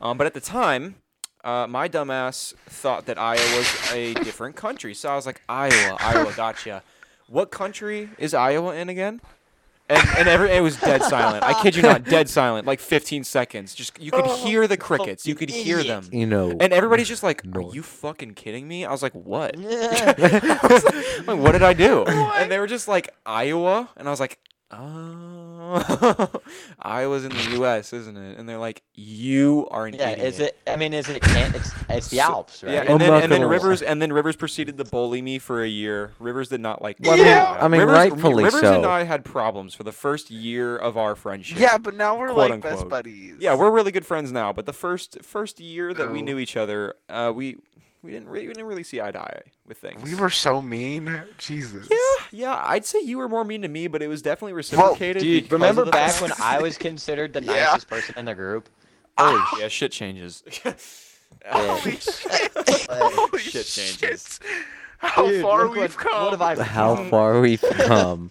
Speaker 1: Um, but at the time, uh, my dumbass thought that Iowa was a different country, so I was like, "Iowa, Iowa, gotcha. What country is Iowa in again?" And, and every, it was dead silent. I kid you not, dead silent. Like 15 seconds. Just you could hear the crickets. You could hear
Speaker 2: (laughs)
Speaker 1: them.
Speaker 2: You know.
Speaker 1: And everybody's just like, "Are you fucking kidding me?" I was like, "What?" I was (laughs) like, I'm like, what did I do? And they were just like Iowa, and I was like, "Oh, (laughs) Iowa's in the U.S., isn't it?" And they're like, "You are an
Speaker 3: Yeah,
Speaker 1: idiot."
Speaker 3: is it? I mean, is it? Can, it's it's the
Speaker 1: So-
Speaker 3: Alps, right?
Speaker 1: Yeah, and then, and then
Speaker 2: Remarkable.
Speaker 1: Rivers and then Rivers proceeded to bully me for a year. Rivers did not like me.
Speaker 4: Well, I mean- Yeah.
Speaker 2: I mean,
Speaker 1: Rivers,
Speaker 2: rightfully
Speaker 1: Rivers and
Speaker 2: so.
Speaker 1: I had problems for the first year of our friendship.
Speaker 4: Yeah, but now we're
Speaker 1: Quote,
Speaker 4: like
Speaker 1: unquote.
Speaker 4: best buddies.
Speaker 1: Yeah, we're really good friends now, but the first first year that we
Speaker 4: Oh.
Speaker 1: knew each other, uh, we we didn't really, we didn't really see eye to eye with things.
Speaker 4: we were so mean. Jesus.
Speaker 1: yeah, yeah. I'd say you were more mean to me, but it was definitely reciprocated.
Speaker 3: Dude,
Speaker 1: because
Speaker 3: remember
Speaker 1: of the
Speaker 3: back
Speaker 1: fact-
Speaker 3: when I was considered the
Speaker 4: Yeah.
Speaker 3: nicest person in the group?
Speaker 1: Oh, yeah, shit changes. (laughs)
Speaker 4: Holy shit. Holy
Speaker 1: Shit
Speaker 4: shit
Speaker 1: changes.
Speaker 4: How
Speaker 3: Dude,
Speaker 4: far
Speaker 3: look
Speaker 4: we've
Speaker 3: what,
Speaker 4: come.
Speaker 3: What have
Speaker 4: (laughs)
Speaker 3: I?
Speaker 2: How far (laughs) we've come.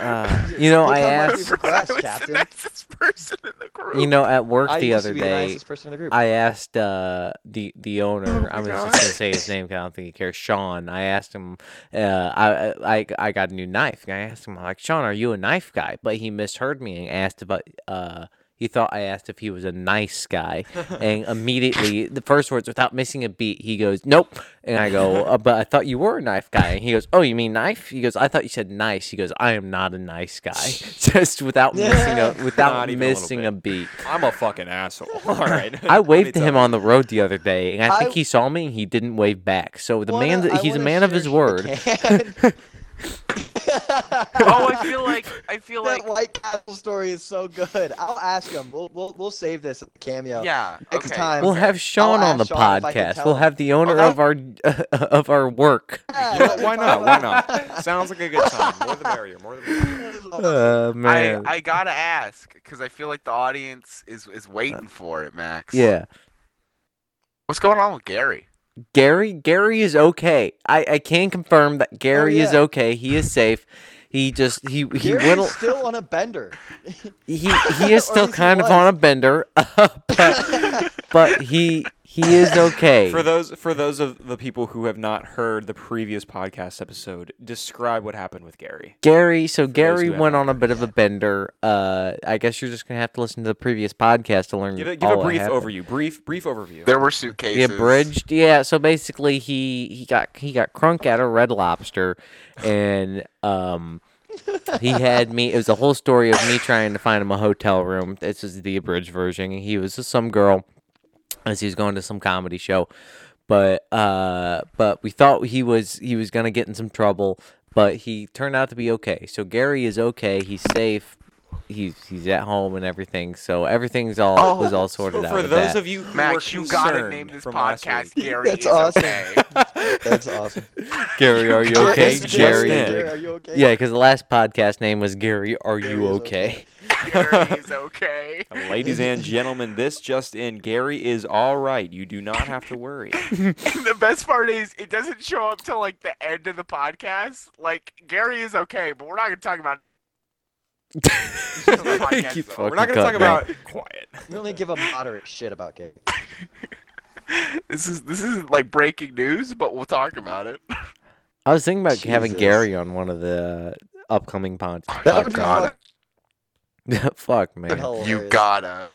Speaker 2: Uh, you know,
Speaker 3: Look
Speaker 2: I
Speaker 3: how
Speaker 4: I
Speaker 3: much
Speaker 2: asked.
Speaker 3: we've
Speaker 4: remember I
Speaker 3: progressed,
Speaker 4: was the
Speaker 3: Captain.
Speaker 4: nicest person in the group.
Speaker 2: You know, at work
Speaker 3: I
Speaker 2: the
Speaker 3: used
Speaker 2: other
Speaker 3: to be
Speaker 2: day,
Speaker 3: the nicest person in the group.
Speaker 2: I asked uh, the the owner.
Speaker 4: Oh
Speaker 2: I'm
Speaker 4: my
Speaker 2: just
Speaker 4: God.
Speaker 2: gonna say his name. 'cause I don't think he cares. Sean. I asked him. Uh, I I I got a new knife. And I asked him like, Sean, are you a knife guy? But he misheard me and asked about. Uh, he thought I asked if he was a nice guy, and immediately the first words, without missing a beat, he goes, "Nope." And I go, uh, "But I thought you were a knife guy." And he goes, "Oh, you mean knife?" He goes, "I thought you said nice." He goes, "I am not a nice guy." (laughs) Just without missing a without
Speaker 1: Not even a little
Speaker 2: missing a beat.
Speaker 1: I'm a fucking asshole. (laughs) All right.
Speaker 2: (laughs) I waved to him on the road the other day, and I think
Speaker 3: I-
Speaker 2: he saw me and he didn't wave back. So the
Speaker 3: Wanna-
Speaker 2: man
Speaker 3: I
Speaker 2: that he's a
Speaker 3: wanna
Speaker 2: man of
Speaker 3: share
Speaker 2: his
Speaker 3: shit
Speaker 2: word.
Speaker 3: with
Speaker 2: (laughs)
Speaker 3: Cam.
Speaker 4: (laughs)
Speaker 3: (laughs)
Speaker 4: oh, I feel like I feel like
Speaker 3: that White Castle story is so good. I'll ask him. We'll we'll, we'll save this cameo.
Speaker 4: yeah.
Speaker 3: Next
Speaker 4: okay.
Speaker 3: time.
Speaker 2: We'll have Sean on the
Speaker 3: ask Sean if I can
Speaker 2: podcast.
Speaker 3: tell
Speaker 2: We'll
Speaker 3: him.
Speaker 2: have the owner of our of our (laughs)
Speaker 3: (laughs)
Speaker 2: work.
Speaker 1: (laughs)
Speaker 3: Yeah,
Speaker 1: You know,
Speaker 3: that'd be
Speaker 1: why
Speaker 3: fun.
Speaker 1: not? Why not? (laughs) Sounds like a good time. More the merrier. More the merrier.
Speaker 3: Oh,
Speaker 2: (laughs) Uh,
Speaker 3: (laughs)
Speaker 4: I,
Speaker 2: man,
Speaker 4: I gotta ask because I feel like the audience is is waiting for it, Max.
Speaker 2: yeah.
Speaker 4: What's going on with Gary?
Speaker 2: Gary, Gary is okay. I, I can confirm that Gary is
Speaker 3: Oh, yeah.
Speaker 2: okay. He is safe. He just
Speaker 3: (laughs)
Speaker 2: he he
Speaker 3: Gary's
Speaker 2: went
Speaker 3: still on a bender. (laughs)
Speaker 2: he he is
Speaker 3: Or
Speaker 2: still
Speaker 3: he
Speaker 2: kind of
Speaker 3: was.
Speaker 2: on a bender, (laughs) but, but he he is okay.
Speaker 1: For those for those of the people who have not heard the previous podcast episode, describe what happened with Gary.
Speaker 2: Gary, so Gary
Speaker 1: who have
Speaker 2: went
Speaker 1: not
Speaker 2: on a bit of a bender. Uh, I guess you're just gonna have to listen to the previous podcast to learn.
Speaker 1: Give, a, give a
Speaker 2: Mm, all that
Speaker 1: brief
Speaker 2: happened.
Speaker 1: overview. Brief brief overview.
Speaker 4: There were suitcases.
Speaker 2: The abridged, yeah. So basically, he he got he got crunk at a Red Lobster, and um, he had me. It was a whole story of me trying to find him a hotel room. This is the abridged version. He was just some girl, as he was going to some comedy show, but uh, but we thought he was he was gonna get in some trouble, but he turned out to be okay. So Gary is okay. He's safe. He's he's at home and everything. So everything's all
Speaker 4: Oh,
Speaker 2: was all
Speaker 1: So
Speaker 2: sorted out.
Speaker 1: for
Speaker 2: with
Speaker 1: those
Speaker 2: that.
Speaker 1: of you who were
Speaker 4: Max, you gotta
Speaker 1: concerned
Speaker 4: name this
Speaker 1: from last (laughs)
Speaker 4: podcast
Speaker 1: week-
Speaker 4: Gary.
Speaker 3: That's
Speaker 4: is
Speaker 3: awesome.
Speaker 4: Okay. (laughs)
Speaker 3: That's awesome.
Speaker 2: Gary, are you okay?
Speaker 1: It's just
Speaker 2: Jerry.
Speaker 1: it.
Speaker 3: Gary, are you okay?
Speaker 2: Yeah, because the last podcast name was Gary. Are
Speaker 3: Gary
Speaker 2: you
Speaker 3: is
Speaker 2: okay?
Speaker 4: Gary
Speaker 1: (laughs)
Speaker 4: is okay. (laughs)
Speaker 1: Ladies and gentlemen, this just in. Gary is all right. You do not have to
Speaker 2: (laughs)
Speaker 1: worry.
Speaker 4: And the best part is, it doesn't show up till like the end of the podcast. Like Gary is okay, but we're not gonna talk about. podcast
Speaker 2: Keep
Speaker 4: is over.
Speaker 1: We're not
Speaker 2: fucking
Speaker 1: going to talk
Speaker 2: cutting me.
Speaker 1: about quiet.
Speaker 3: We only give a moderate shit about Gary.
Speaker 4: (laughs) this is this isn't like breaking news, but we'll talk about it.
Speaker 2: I was thinking about having
Speaker 3: Jesus.
Speaker 2: Gary on one of the uh, upcoming pod.
Speaker 3: That
Speaker 4: (laughs) Oh,
Speaker 3: would be
Speaker 4: God.
Speaker 2: podcasts. (laughs) Fuck man.
Speaker 3: Hell,
Speaker 4: You
Speaker 3: hilarious.
Speaker 4: gotta.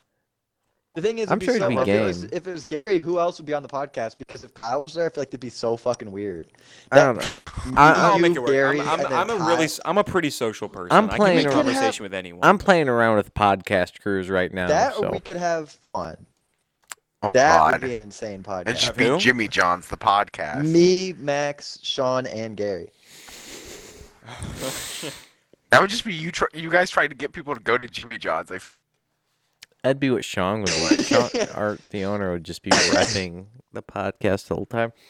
Speaker 3: The thing is,
Speaker 2: I'm
Speaker 3: it'd be
Speaker 2: sure it'd
Speaker 3: so
Speaker 2: be
Speaker 3: rough. If it, was,
Speaker 2: game.
Speaker 3: if it was Gary, who else would be on the podcast? Because if Kyle was there, I feel like it'd be so fucking weird.
Speaker 2: I don't know. I-
Speaker 1: I'll
Speaker 3: You,
Speaker 1: make it work.
Speaker 3: Gary,
Speaker 1: I'm, I'm,
Speaker 3: and then
Speaker 1: I'm a
Speaker 3: Kyle.
Speaker 1: really, s- I'm a pretty social person.
Speaker 2: I'm
Speaker 1: I
Speaker 2: playing
Speaker 1: can make
Speaker 2: around.
Speaker 1: conversation with anyone.
Speaker 2: I'm playing around with podcast crews right now.
Speaker 3: that,
Speaker 2: so
Speaker 3: or we could have fun.
Speaker 4: Oh,
Speaker 3: That
Speaker 4: God.
Speaker 3: would be an insane
Speaker 4: It
Speaker 3: podcast.
Speaker 4: should be
Speaker 1: Who?
Speaker 4: Jimmy John's the podcast.
Speaker 3: Me, Max, Sean, and Gary.
Speaker 4: That would just be you. Tr- you guys trying to get people to go to Jimmy John's.
Speaker 1: (laughs)
Speaker 4: Like,
Speaker 2: that'd be what Sean would
Speaker 3: (laughs)
Speaker 2: like. Sean, our, the owner would just be repping the podcast the whole time. (laughs)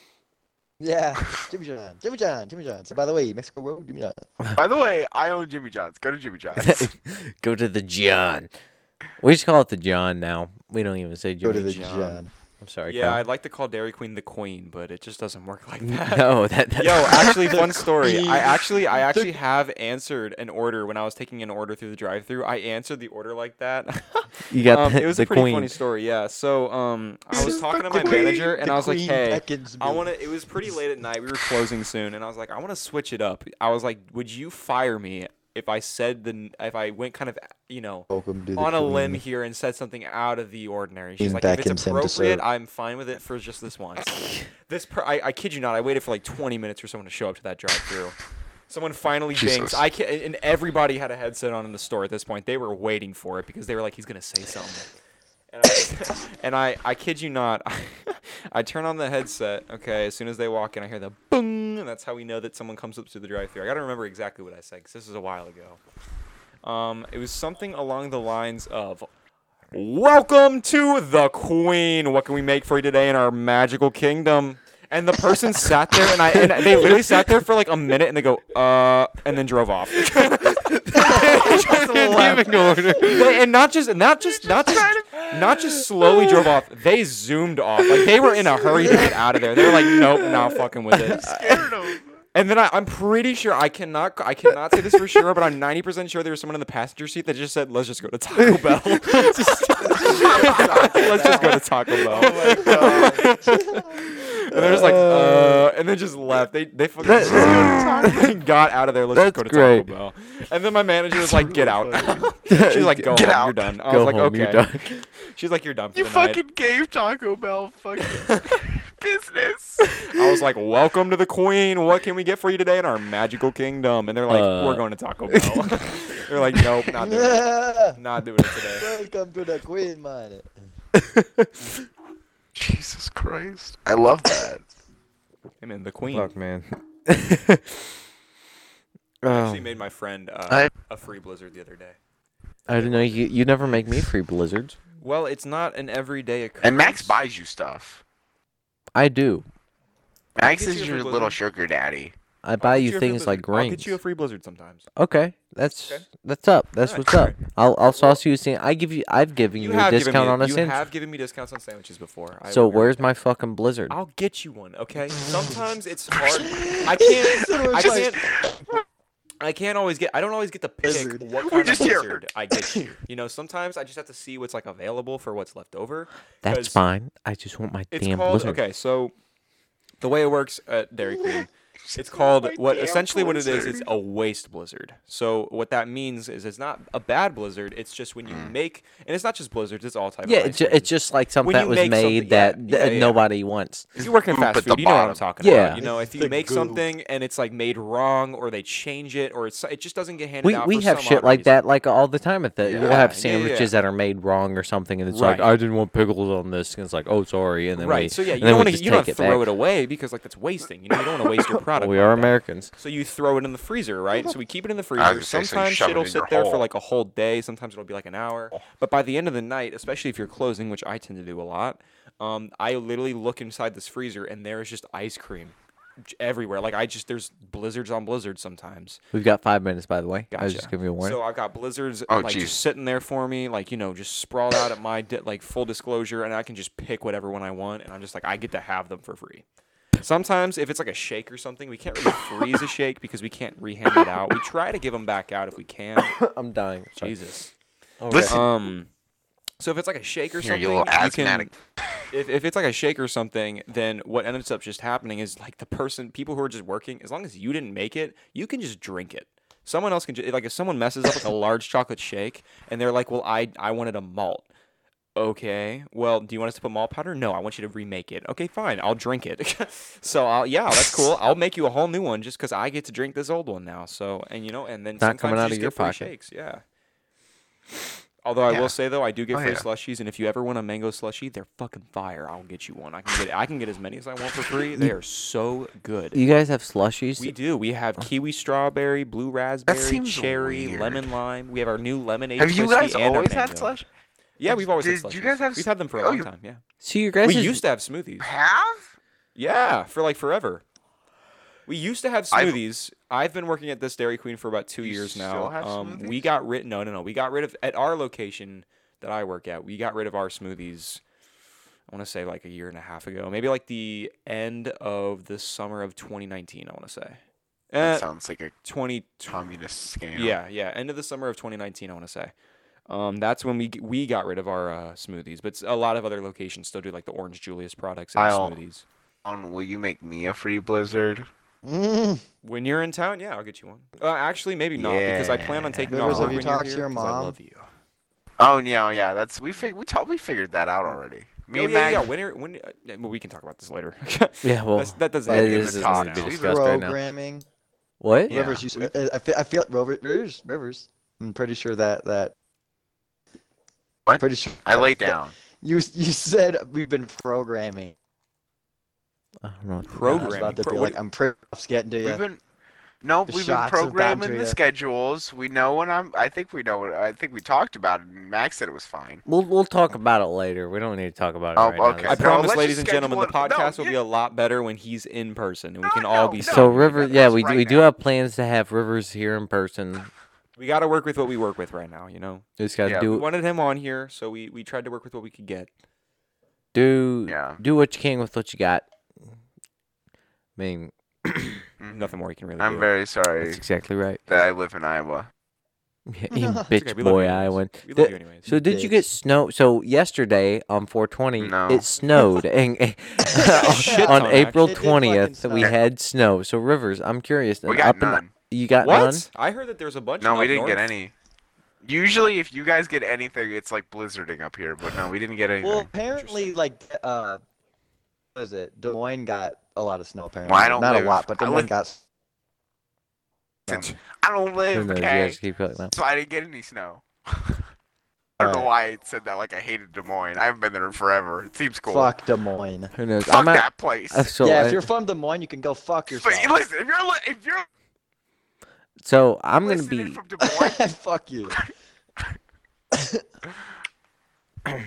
Speaker 3: Yeah, (laughs) Jimmy John, Jimmy John, Jimmy John. So by the way, Mexico Road, Jimmy John.
Speaker 4: by the way, I own Jimmy John's. Go
Speaker 1: (laughs)
Speaker 4: to Jimmy John's.
Speaker 2: Go to the John. We just call it the John now. We don't even say Jimmy
Speaker 3: Go to the
Speaker 1: John.
Speaker 3: John.
Speaker 2: I'm sorry.
Speaker 1: yeah,
Speaker 2: Kyle.
Speaker 1: I'd like to call Dairy Queen the queen, but it just doesn't work
Speaker 2: (laughs)
Speaker 1: like that.
Speaker 2: No, that, (laughs) that
Speaker 1: Yo, actually, fun story. I
Speaker 3: queen.
Speaker 1: actually, I actually have answered an order when I was taking an order through the drive-through. I answered the order like that. (laughs)
Speaker 2: you got
Speaker 1: um,
Speaker 2: the,
Speaker 1: it was
Speaker 2: the
Speaker 1: a pretty
Speaker 2: queen.
Speaker 1: funny story. Yeah. So, um, I was
Speaker 4: The
Speaker 1: talking to my
Speaker 4: queen-
Speaker 1: manager, and
Speaker 3: The
Speaker 1: I was like,
Speaker 3: queen
Speaker 1: "Hey,
Speaker 3: beckons
Speaker 1: I
Speaker 3: me.
Speaker 1: want to." It was pretty late at night. We were closing soon, and I was like, "I want to switch it up." I was like, "Would you fire me if I said the n- if I went kind of you know
Speaker 3: Welcome to the
Speaker 1: on a
Speaker 3: queen.
Speaker 1: limb here and said something out of the ordinary. She's
Speaker 3: Lean
Speaker 1: like,
Speaker 3: back
Speaker 1: if
Speaker 3: and
Speaker 1: it's
Speaker 3: send us
Speaker 1: appropriate,
Speaker 3: a-
Speaker 1: I'm fine with it for just this once. this, per- I, I kid you not, I waited for like 20 minutes for someone to show up to that drive-through. Someone finally bangs.
Speaker 4: Jesus.
Speaker 1: I can, and everybody had a headset on in the store at this point. They were waiting for it because they were like, he's gonna say something. And I, (laughs) and I, I kid you not, (laughs) I, turn on the headset. Okay, as soon as they walk in, I hear the boom, and that's how we know that someone comes up to the drive-through. I gotta remember exactly what I said because this was a while ago. Um, it was something along the lines of Welcome to the Queen. What can we make for you today in our magical kingdom? And the person (laughs) sat there and I and they literally sat there for like a minute and they go, uh and then drove (laughs) off.
Speaker 2: Giving order.
Speaker 1: They- and not just not just not just not just slowly drove off. They zoomed off. Like they were in a hurry to get out of there. They were like, nope, not fucking with it. And then I, I'm pretty sure I cannot I cannot say this for sure, but I'm 90% sure there was someone in the passenger seat that just said, "Let's just go to Taco Bell." (laughs) Let's just go to Taco Bell. and they're just like, uh, and then just left. They they fucking
Speaker 2: That-
Speaker 1: just (laughs) go to Taco- got out of there. Let's just
Speaker 2: That's
Speaker 1: go to
Speaker 2: great.
Speaker 1: Taco Bell. And then my manager was like, "Get out." (laughs) She's like, "Go
Speaker 4: Get
Speaker 1: home.
Speaker 4: out.
Speaker 1: You're done." I
Speaker 2: Go
Speaker 1: was like,
Speaker 2: home,
Speaker 1: "Okay."
Speaker 2: you're done.
Speaker 1: She's like, "You're done." For
Speaker 4: you
Speaker 1: the
Speaker 4: fucking gave Taco Bell
Speaker 1: (laughs)
Speaker 4: fucking business.
Speaker 1: Night. I was like, "Welcome to the Queen. What can we get for you today in our magical kingdom?" And they're like,
Speaker 2: Uh.
Speaker 1: "We're going to Taco Bell." (laughs) they're like, "Nope,
Speaker 3: (laughs)
Speaker 1: not doing it.
Speaker 3: Yeah.
Speaker 1: Not doing it today."
Speaker 3: (laughs) Welcome to the Queen, man.
Speaker 4: Jesus Christ, I love that.
Speaker 1: I mean, the Queen.
Speaker 2: Fuck man. (laughs)
Speaker 1: She
Speaker 2: oh,
Speaker 1: made my friend uh,
Speaker 4: I-
Speaker 1: a free blizzard the other day.
Speaker 2: I don't know. You you never make me free blizzards.
Speaker 1: Well, it's not an everyday occurrence.
Speaker 4: And Max buys you stuff.
Speaker 2: I do.
Speaker 4: Max
Speaker 1: get
Speaker 4: is
Speaker 1: you a free
Speaker 4: your
Speaker 1: Blizzard.
Speaker 4: little sugar daddy.
Speaker 2: I buy
Speaker 1: I'll get
Speaker 2: you
Speaker 1: a free
Speaker 2: things like
Speaker 1: blizzard. I'll get
Speaker 2: rings.
Speaker 1: you a free blizzard sometimes.
Speaker 2: Okay, That's
Speaker 1: Okay.
Speaker 2: that's up. That's
Speaker 1: Alright,
Speaker 2: what's up. I'll I'll sauce you a sandwich. I give you. I've given you, a
Speaker 1: given
Speaker 2: discount
Speaker 1: me,
Speaker 2: on a
Speaker 1: you
Speaker 2: sandwich.
Speaker 1: have given me discounts on sandwiches before. I
Speaker 2: so
Speaker 1: agree with
Speaker 2: where's
Speaker 1: that.
Speaker 2: my fucking blizzard?
Speaker 1: I'll get you one,
Speaker 2: (laughs)
Speaker 1: okay? Sometimes it's hard. I can't. I can't. I can't always get. I don't always get to pick
Speaker 3: Blizzard.
Speaker 1: what
Speaker 4: We
Speaker 1: kind of
Speaker 4: just hear-
Speaker 1: blizzard I get.
Speaker 2: (laughs)
Speaker 1: You. you know, sometimes I just have to see what's like available for what's left over.
Speaker 2: That's
Speaker 1: 'cause
Speaker 2: fine. I just want my
Speaker 1: It's
Speaker 2: damn
Speaker 1: called
Speaker 2: blizzard.
Speaker 1: okay. So the way it works at Dairy
Speaker 4: (laughs)
Speaker 1: Queen, it's called
Speaker 4: My
Speaker 1: what
Speaker 4: damn
Speaker 1: essentially what it is. It's
Speaker 4: blizzard.
Speaker 1: a waste blizzard. So what that means is it's not a bad blizzard. It's just when you make, and it's not just blizzards. It's all type.
Speaker 2: Mm. Yeah,
Speaker 1: of
Speaker 2: it's, ju-
Speaker 1: ice
Speaker 2: it's just like something
Speaker 1: When
Speaker 2: that
Speaker 1: you
Speaker 2: was
Speaker 1: make something-
Speaker 2: made
Speaker 1: yeah,
Speaker 2: that,
Speaker 1: yeah,
Speaker 2: that
Speaker 1: yeah.
Speaker 2: looking once.
Speaker 1: If you work in
Speaker 4: Poop
Speaker 1: fast
Speaker 4: at the
Speaker 1: food, you know what I'm
Speaker 4: bottom.
Speaker 1: talking
Speaker 2: Yeah.
Speaker 1: about. You know, if you
Speaker 3: The
Speaker 1: make
Speaker 3: goo.
Speaker 1: something and it's like made wrong or they change it or it's it just doesn't get handed
Speaker 2: We,
Speaker 1: out.
Speaker 2: we
Speaker 1: for
Speaker 2: have
Speaker 1: some
Speaker 2: shit
Speaker 1: odd
Speaker 2: like
Speaker 1: reason.
Speaker 2: that like all the time. At the we'll
Speaker 1: Yeah,
Speaker 2: have
Speaker 1: yeah, yeah, yeah.
Speaker 2: sandwiches that are made wrong or something, and it's like
Speaker 1: Right.
Speaker 2: I didn't want pickles on this, and it's like oh sorry, and then
Speaker 1: right.
Speaker 2: we,
Speaker 1: so yeah,
Speaker 2: and
Speaker 1: you
Speaker 2: then
Speaker 1: don't
Speaker 2: we
Speaker 1: want to
Speaker 2: just
Speaker 1: you don't
Speaker 2: take
Speaker 1: wanna throw
Speaker 2: back.
Speaker 1: it away because like that's wasting. You know, you don't want to
Speaker 2: (laughs)
Speaker 1: waste your product.
Speaker 2: We
Speaker 1: like
Speaker 2: are
Speaker 1: that.
Speaker 2: Americans.
Speaker 1: So you throw it in the freezer, right? So we keep it in the
Speaker 4: was
Speaker 1: freezer.
Speaker 4: gonna say, so you
Speaker 1: Sometimes
Speaker 4: shove it
Speaker 1: it'll
Speaker 4: in
Speaker 1: sit
Speaker 4: your
Speaker 1: there for
Speaker 4: hole. Oh.
Speaker 1: like a whole day. Sometimes it'll be like an hour. But by the end of the night, especially if you're closing, which I tend to do a lot, um, I literally look inside this freezer and there is just ice cream j- everywhere. Like I just there's blizzards on blizzards sometimes.
Speaker 2: We've got five minutes, by the way. I was
Speaker 1: Gotcha.
Speaker 2: just giving you a warning.
Speaker 1: So I've got blizzards
Speaker 4: Oh,
Speaker 1: like
Speaker 4: jeez.
Speaker 1: just sitting there for me, like you know, just sprawled out at my di- like full disclosure, and I can just pick whatever one I want, and I'm just like I get to have them for free. Sometimes if it's like a shake or something, we can't really freeze a shake because we can't rehand it out. We try to give them back out if we can.
Speaker 2: I'm dying. Sorry.
Speaker 1: Jesus.
Speaker 2: Okay.
Speaker 4: Listen,
Speaker 1: Um. So if it's like a shake or
Speaker 4: here,
Speaker 1: something,
Speaker 4: you little
Speaker 1: you can
Speaker 4: asthmatic.
Speaker 1: if, if it's like a shake or something, then what ends up just happening is like the person, people who are just working, as long as you didn't make it, you can just drink it. Someone else can just, like, if someone messes
Speaker 2: (laughs)
Speaker 1: up with a large chocolate shake and they're like, well, I, I wanted a malt. Okay. Well, do you want us to put malt powder? No, I want you to remake it. Okay, fine. I'll drink it. (laughs) so, I'll, yeah, that's
Speaker 2: (laughs)
Speaker 1: cool. I'll make you a whole new one just because I get to drink this old one now. So, and you know, and then
Speaker 2: Not
Speaker 1: sometimes
Speaker 2: coming
Speaker 1: you
Speaker 2: out
Speaker 1: just
Speaker 2: of
Speaker 1: get
Speaker 2: your
Speaker 1: free
Speaker 2: pocket.
Speaker 1: shakes. Yeah. Although I
Speaker 4: Yeah.
Speaker 1: will say though, I do get
Speaker 4: Oh,
Speaker 1: free
Speaker 4: yeah.
Speaker 1: slushies, and if you ever want a mango slushie, they're fucking fire. I'll get you one. I can get I can get as many as I want for
Speaker 4: (laughs)
Speaker 1: free. They are so good.
Speaker 2: You guys have slushies?
Speaker 1: We do. We have kiwi strawberry, blue raspberry,
Speaker 4: seems
Speaker 1: cherry,
Speaker 4: weird.
Speaker 1: lemon lime. We have our new lemonade.
Speaker 4: Have you
Speaker 1: twisty
Speaker 4: guys
Speaker 1: and our
Speaker 4: always had
Speaker 1: mango.
Speaker 4: slush?
Speaker 1: Yeah, we've always had
Speaker 4: Did
Speaker 1: slushies.
Speaker 4: you guys have
Speaker 1: We've
Speaker 4: s-
Speaker 1: had them for a
Speaker 4: oh,
Speaker 1: long
Speaker 4: you-
Speaker 1: time. Yeah,
Speaker 2: so you guys
Speaker 1: we
Speaker 2: is-
Speaker 1: used to have smoothies.
Speaker 4: Have?
Speaker 1: Yeah, for like forever. We used to have
Speaker 4: I've-
Speaker 1: smoothies. I've, been working at this Dairy Queen for about two
Speaker 4: You
Speaker 1: years
Speaker 4: still
Speaker 1: now.
Speaker 4: have
Speaker 1: um, we
Speaker 4: smoothies?
Speaker 1: got rid. No, no, no. We got rid of at our location that I work at. We got rid of our smoothies. I want to say like a year and a half ago, maybe like the end of the summer of 2019. I want to say,
Speaker 4: That
Speaker 1: uh,
Speaker 4: sounds like a
Speaker 1: 2020.
Speaker 4: communist scam.
Speaker 1: Yeah, yeah. End of the summer of 2019, I want to say. Um, that's when we g- we got rid of our uh, smoothies, but s- a lot of other locations still do like the Orange Julius products and the
Speaker 4: I'll-
Speaker 1: smoothies.
Speaker 4: On, will you make me a free blizzard?
Speaker 3: Mm.
Speaker 1: When you're in town, yeah, I'll get you one. Uh, actually, maybe not because I plan on
Speaker 4: Yeah.
Speaker 1: taking
Speaker 3: Rivers,
Speaker 1: off.
Speaker 3: have you
Speaker 1: when you're
Speaker 3: talked to
Speaker 1: here
Speaker 3: your
Speaker 1: 'cause I
Speaker 3: mom?
Speaker 1: love you.
Speaker 4: Oh yeah, yeah. That's we fig- we totally figured that out already. Me
Speaker 1: Oh,
Speaker 4: and
Speaker 1: yeah, yeah,
Speaker 4: Mag.
Speaker 1: yeah. When, you're- when, uh, yeah, well, we can talk about this later.
Speaker 2: (laughs)
Speaker 1: (laughs)
Speaker 2: Yeah, well,
Speaker 1: That's- that doesn't.
Speaker 2: that
Speaker 4: Like, in
Speaker 2: is
Speaker 4: the
Speaker 2: isn't gonna
Speaker 4: top
Speaker 2: be
Speaker 4: now.
Speaker 2: discussed right now.
Speaker 3: programming.
Speaker 2: What?
Speaker 4: Yeah.
Speaker 3: Rivers, you, s- uh, I, feel, I feel Rover- Rivers, Rivers. I'm pretty sure that that.
Speaker 4: What?
Speaker 3: Pretty sure
Speaker 4: I lay down.
Speaker 3: you s- you said we've been programming.
Speaker 2: I don't know. what that
Speaker 3: I
Speaker 1: Program-
Speaker 2: is.
Speaker 3: was about to
Speaker 1: Pro-
Speaker 3: be
Speaker 1: what
Speaker 3: like, I'm pretty rough getting to
Speaker 4: We've
Speaker 3: you.
Speaker 4: been no,
Speaker 3: The
Speaker 4: we've been
Speaker 3: shots have gotten to
Speaker 4: programming the
Speaker 3: ya.
Speaker 4: schedules. We know when I'm. I think we know what. I think we talked about it. and Max said it was fine.
Speaker 2: We'll we'll talk about it later. We don't need to talk about it
Speaker 4: Oh,
Speaker 2: right now.
Speaker 4: okay.
Speaker 1: I
Speaker 2: This-
Speaker 4: No,
Speaker 1: promise,
Speaker 4: let's
Speaker 1: ladies
Speaker 4: just
Speaker 1: and gentlemen, the
Speaker 4: schedule it. No,
Speaker 1: podcast will
Speaker 4: you-
Speaker 1: be a lot better when he's in person and we
Speaker 4: No,
Speaker 1: can all
Speaker 4: no,
Speaker 1: be.
Speaker 4: no.
Speaker 2: So
Speaker 1: sitting
Speaker 2: River,
Speaker 1: together.
Speaker 2: yeah, we
Speaker 4: right
Speaker 2: we do
Speaker 4: now.
Speaker 2: have plans to have Rivers here in person.
Speaker 1: we got to work with what we work with right now. You know,
Speaker 2: We just gotta
Speaker 4: Yeah,
Speaker 1: we
Speaker 2: do
Speaker 1: wanted him on here, so we we tried to work with what we could get.
Speaker 2: do
Speaker 4: Yeah.
Speaker 2: do what you can with what you got. I mean,
Speaker 4: Mhm.
Speaker 1: Nothing more you can really
Speaker 4: I'm
Speaker 1: do.
Speaker 4: very
Speaker 2: that's
Speaker 4: sorry
Speaker 2: exactly right. (laughs)
Speaker 4: that I live in Iowa.
Speaker 2: Yeah,
Speaker 3: It's
Speaker 2: you
Speaker 3: okay,
Speaker 2: bitch
Speaker 1: okay, we love
Speaker 2: boy,
Speaker 1: you anyways.
Speaker 2: Iowan.
Speaker 1: We
Speaker 2: The-
Speaker 1: love you anyways.
Speaker 2: So did you get
Speaker 3: Bitch.
Speaker 2: snow? So yesterday on 420,
Speaker 4: No.
Speaker 2: it
Speaker 4: (laughs)
Speaker 2: snowed, and and-
Speaker 1: Shit
Speaker 2: on
Speaker 1: ton,
Speaker 2: April
Speaker 3: actually. It did fucking
Speaker 2: 20th we
Speaker 3: snow.
Speaker 2: had snow. So Rivers, I'm curious.
Speaker 4: We
Speaker 2: uh,
Speaker 4: got
Speaker 2: up in-
Speaker 4: none.
Speaker 2: you got
Speaker 1: what?
Speaker 2: none?
Speaker 1: I heard that there's a bunch.
Speaker 4: No,
Speaker 1: up
Speaker 4: we didn't get
Speaker 1: north.
Speaker 4: any. Usually, if you guys get anything, it's like blizzarding up here. But no, we didn't get anything.
Speaker 3: Well, apparently, like uh, what is it? Des Moines got a lot of snow. Apparently,
Speaker 4: don't
Speaker 3: not
Speaker 4: live-
Speaker 3: a lot, but
Speaker 4: I
Speaker 3: Des Moines
Speaker 4: live-
Speaker 3: got. s-
Speaker 4: Since I don't live,
Speaker 2: Who knows? You
Speaker 4: okay?
Speaker 2: guys keep going.
Speaker 4: so I didn't get any snow. (laughs) I don't know why I said that. Like I hated Des Moines. I haven't been there in forever. It seems cool.
Speaker 3: Fuck Des Moines.
Speaker 2: Who knows?
Speaker 4: Fuck
Speaker 2: I'm at,
Speaker 4: that place.
Speaker 2: uh, so,
Speaker 3: yeah,
Speaker 2: I-
Speaker 3: if you're from Des Moines, you can go
Speaker 4: (laughs)
Speaker 3: fuck yourself.
Speaker 4: But listen, if you're li- if you're
Speaker 2: so I'm gonna
Speaker 4: listening
Speaker 2: be.
Speaker 4: from Des
Speaker 2: (laughs)
Speaker 4: Moines,
Speaker 3: (laughs) fuck you.
Speaker 2: I'm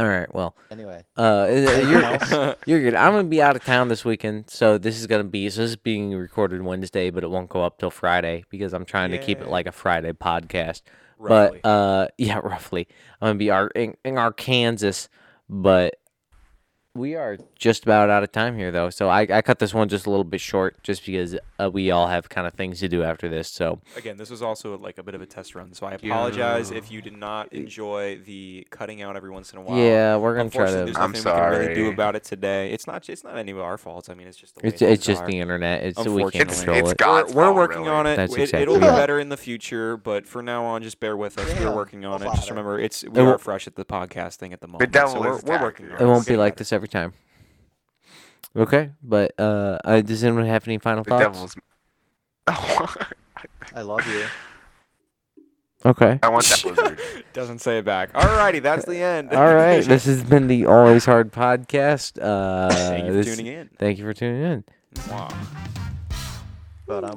Speaker 2: All right. Well,
Speaker 3: Anyway,
Speaker 2: uh,
Speaker 3: (laughs)
Speaker 2: you're,
Speaker 1: All
Speaker 2: you're good. I'm gonna be out of town this weekend, so this is gonna be so this is being recorded Wednesday, but it won't go up till Friday because I'm trying to keep it
Speaker 1: Yay.
Speaker 2: like a Friday podcast.
Speaker 1: Roughly.
Speaker 2: But uh, (laughs) yeah, roughly. I'm gonna be our in, in our Kansas, but we are just about out of time here though. So I, I cut this one just a little bit short, just because uh, we all have kind of things to do after this. So
Speaker 1: Again, this was also like a bit of a test run, so I apologize if you did not enjoy the cutting out every once in a while.
Speaker 2: yeah, we're gonna try
Speaker 1: Unfortunately,
Speaker 2: to.
Speaker 1: there's
Speaker 4: I'm
Speaker 1: nothing we can really do
Speaker 4: sorry.
Speaker 1: about it today. It's not it's not any of our faults. I mean, it's just the way
Speaker 2: It's it's
Speaker 1: things
Speaker 2: just
Speaker 1: are.
Speaker 2: the internet. It's we can't
Speaker 1: Unfortunately.
Speaker 2: control it.
Speaker 4: It's- it's
Speaker 1: We're,
Speaker 4: God's
Speaker 1: we're
Speaker 4: fault,
Speaker 1: working
Speaker 4: really.
Speaker 1: on it.
Speaker 2: That's
Speaker 1: It-
Speaker 2: exactly
Speaker 1: It'll be
Speaker 3: right.
Speaker 1: better in the future, but for now on, just bear with us.
Speaker 3: Yeah,
Speaker 1: We're working on
Speaker 3: no
Speaker 1: it. Just
Speaker 3: bother.
Speaker 1: remember, it's we
Speaker 2: And we'll-
Speaker 1: are fresh at the podcast thing at the moment.
Speaker 4: devil
Speaker 1: so we're,
Speaker 4: is
Speaker 1: we're working
Speaker 4: attacking
Speaker 1: on
Speaker 4: us.
Speaker 2: It won't be
Speaker 1: We'll
Speaker 2: like
Speaker 1: get
Speaker 2: this every time. Okay, but uh, uh, does anyone have any final
Speaker 4: The
Speaker 2: thoughts?
Speaker 4: (laughs) devil's. Oh,
Speaker 3: I love you.
Speaker 2: Okay.
Speaker 4: I want that lizard.
Speaker 1: better. (laughs) Doesn't say it back. Alrighty, that's the end.
Speaker 2: (laughs) (laughs) All
Speaker 1: (laughs)
Speaker 2: right. This has been the Always Hard podcast. Uh,
Speaker 1: Thank you for
Speaker 2: this-
Speaker 1: tuning in.
Speaker 2: Thank you for tuning in.
Speaker 1: Mwah.
Speaker 3: But I'm.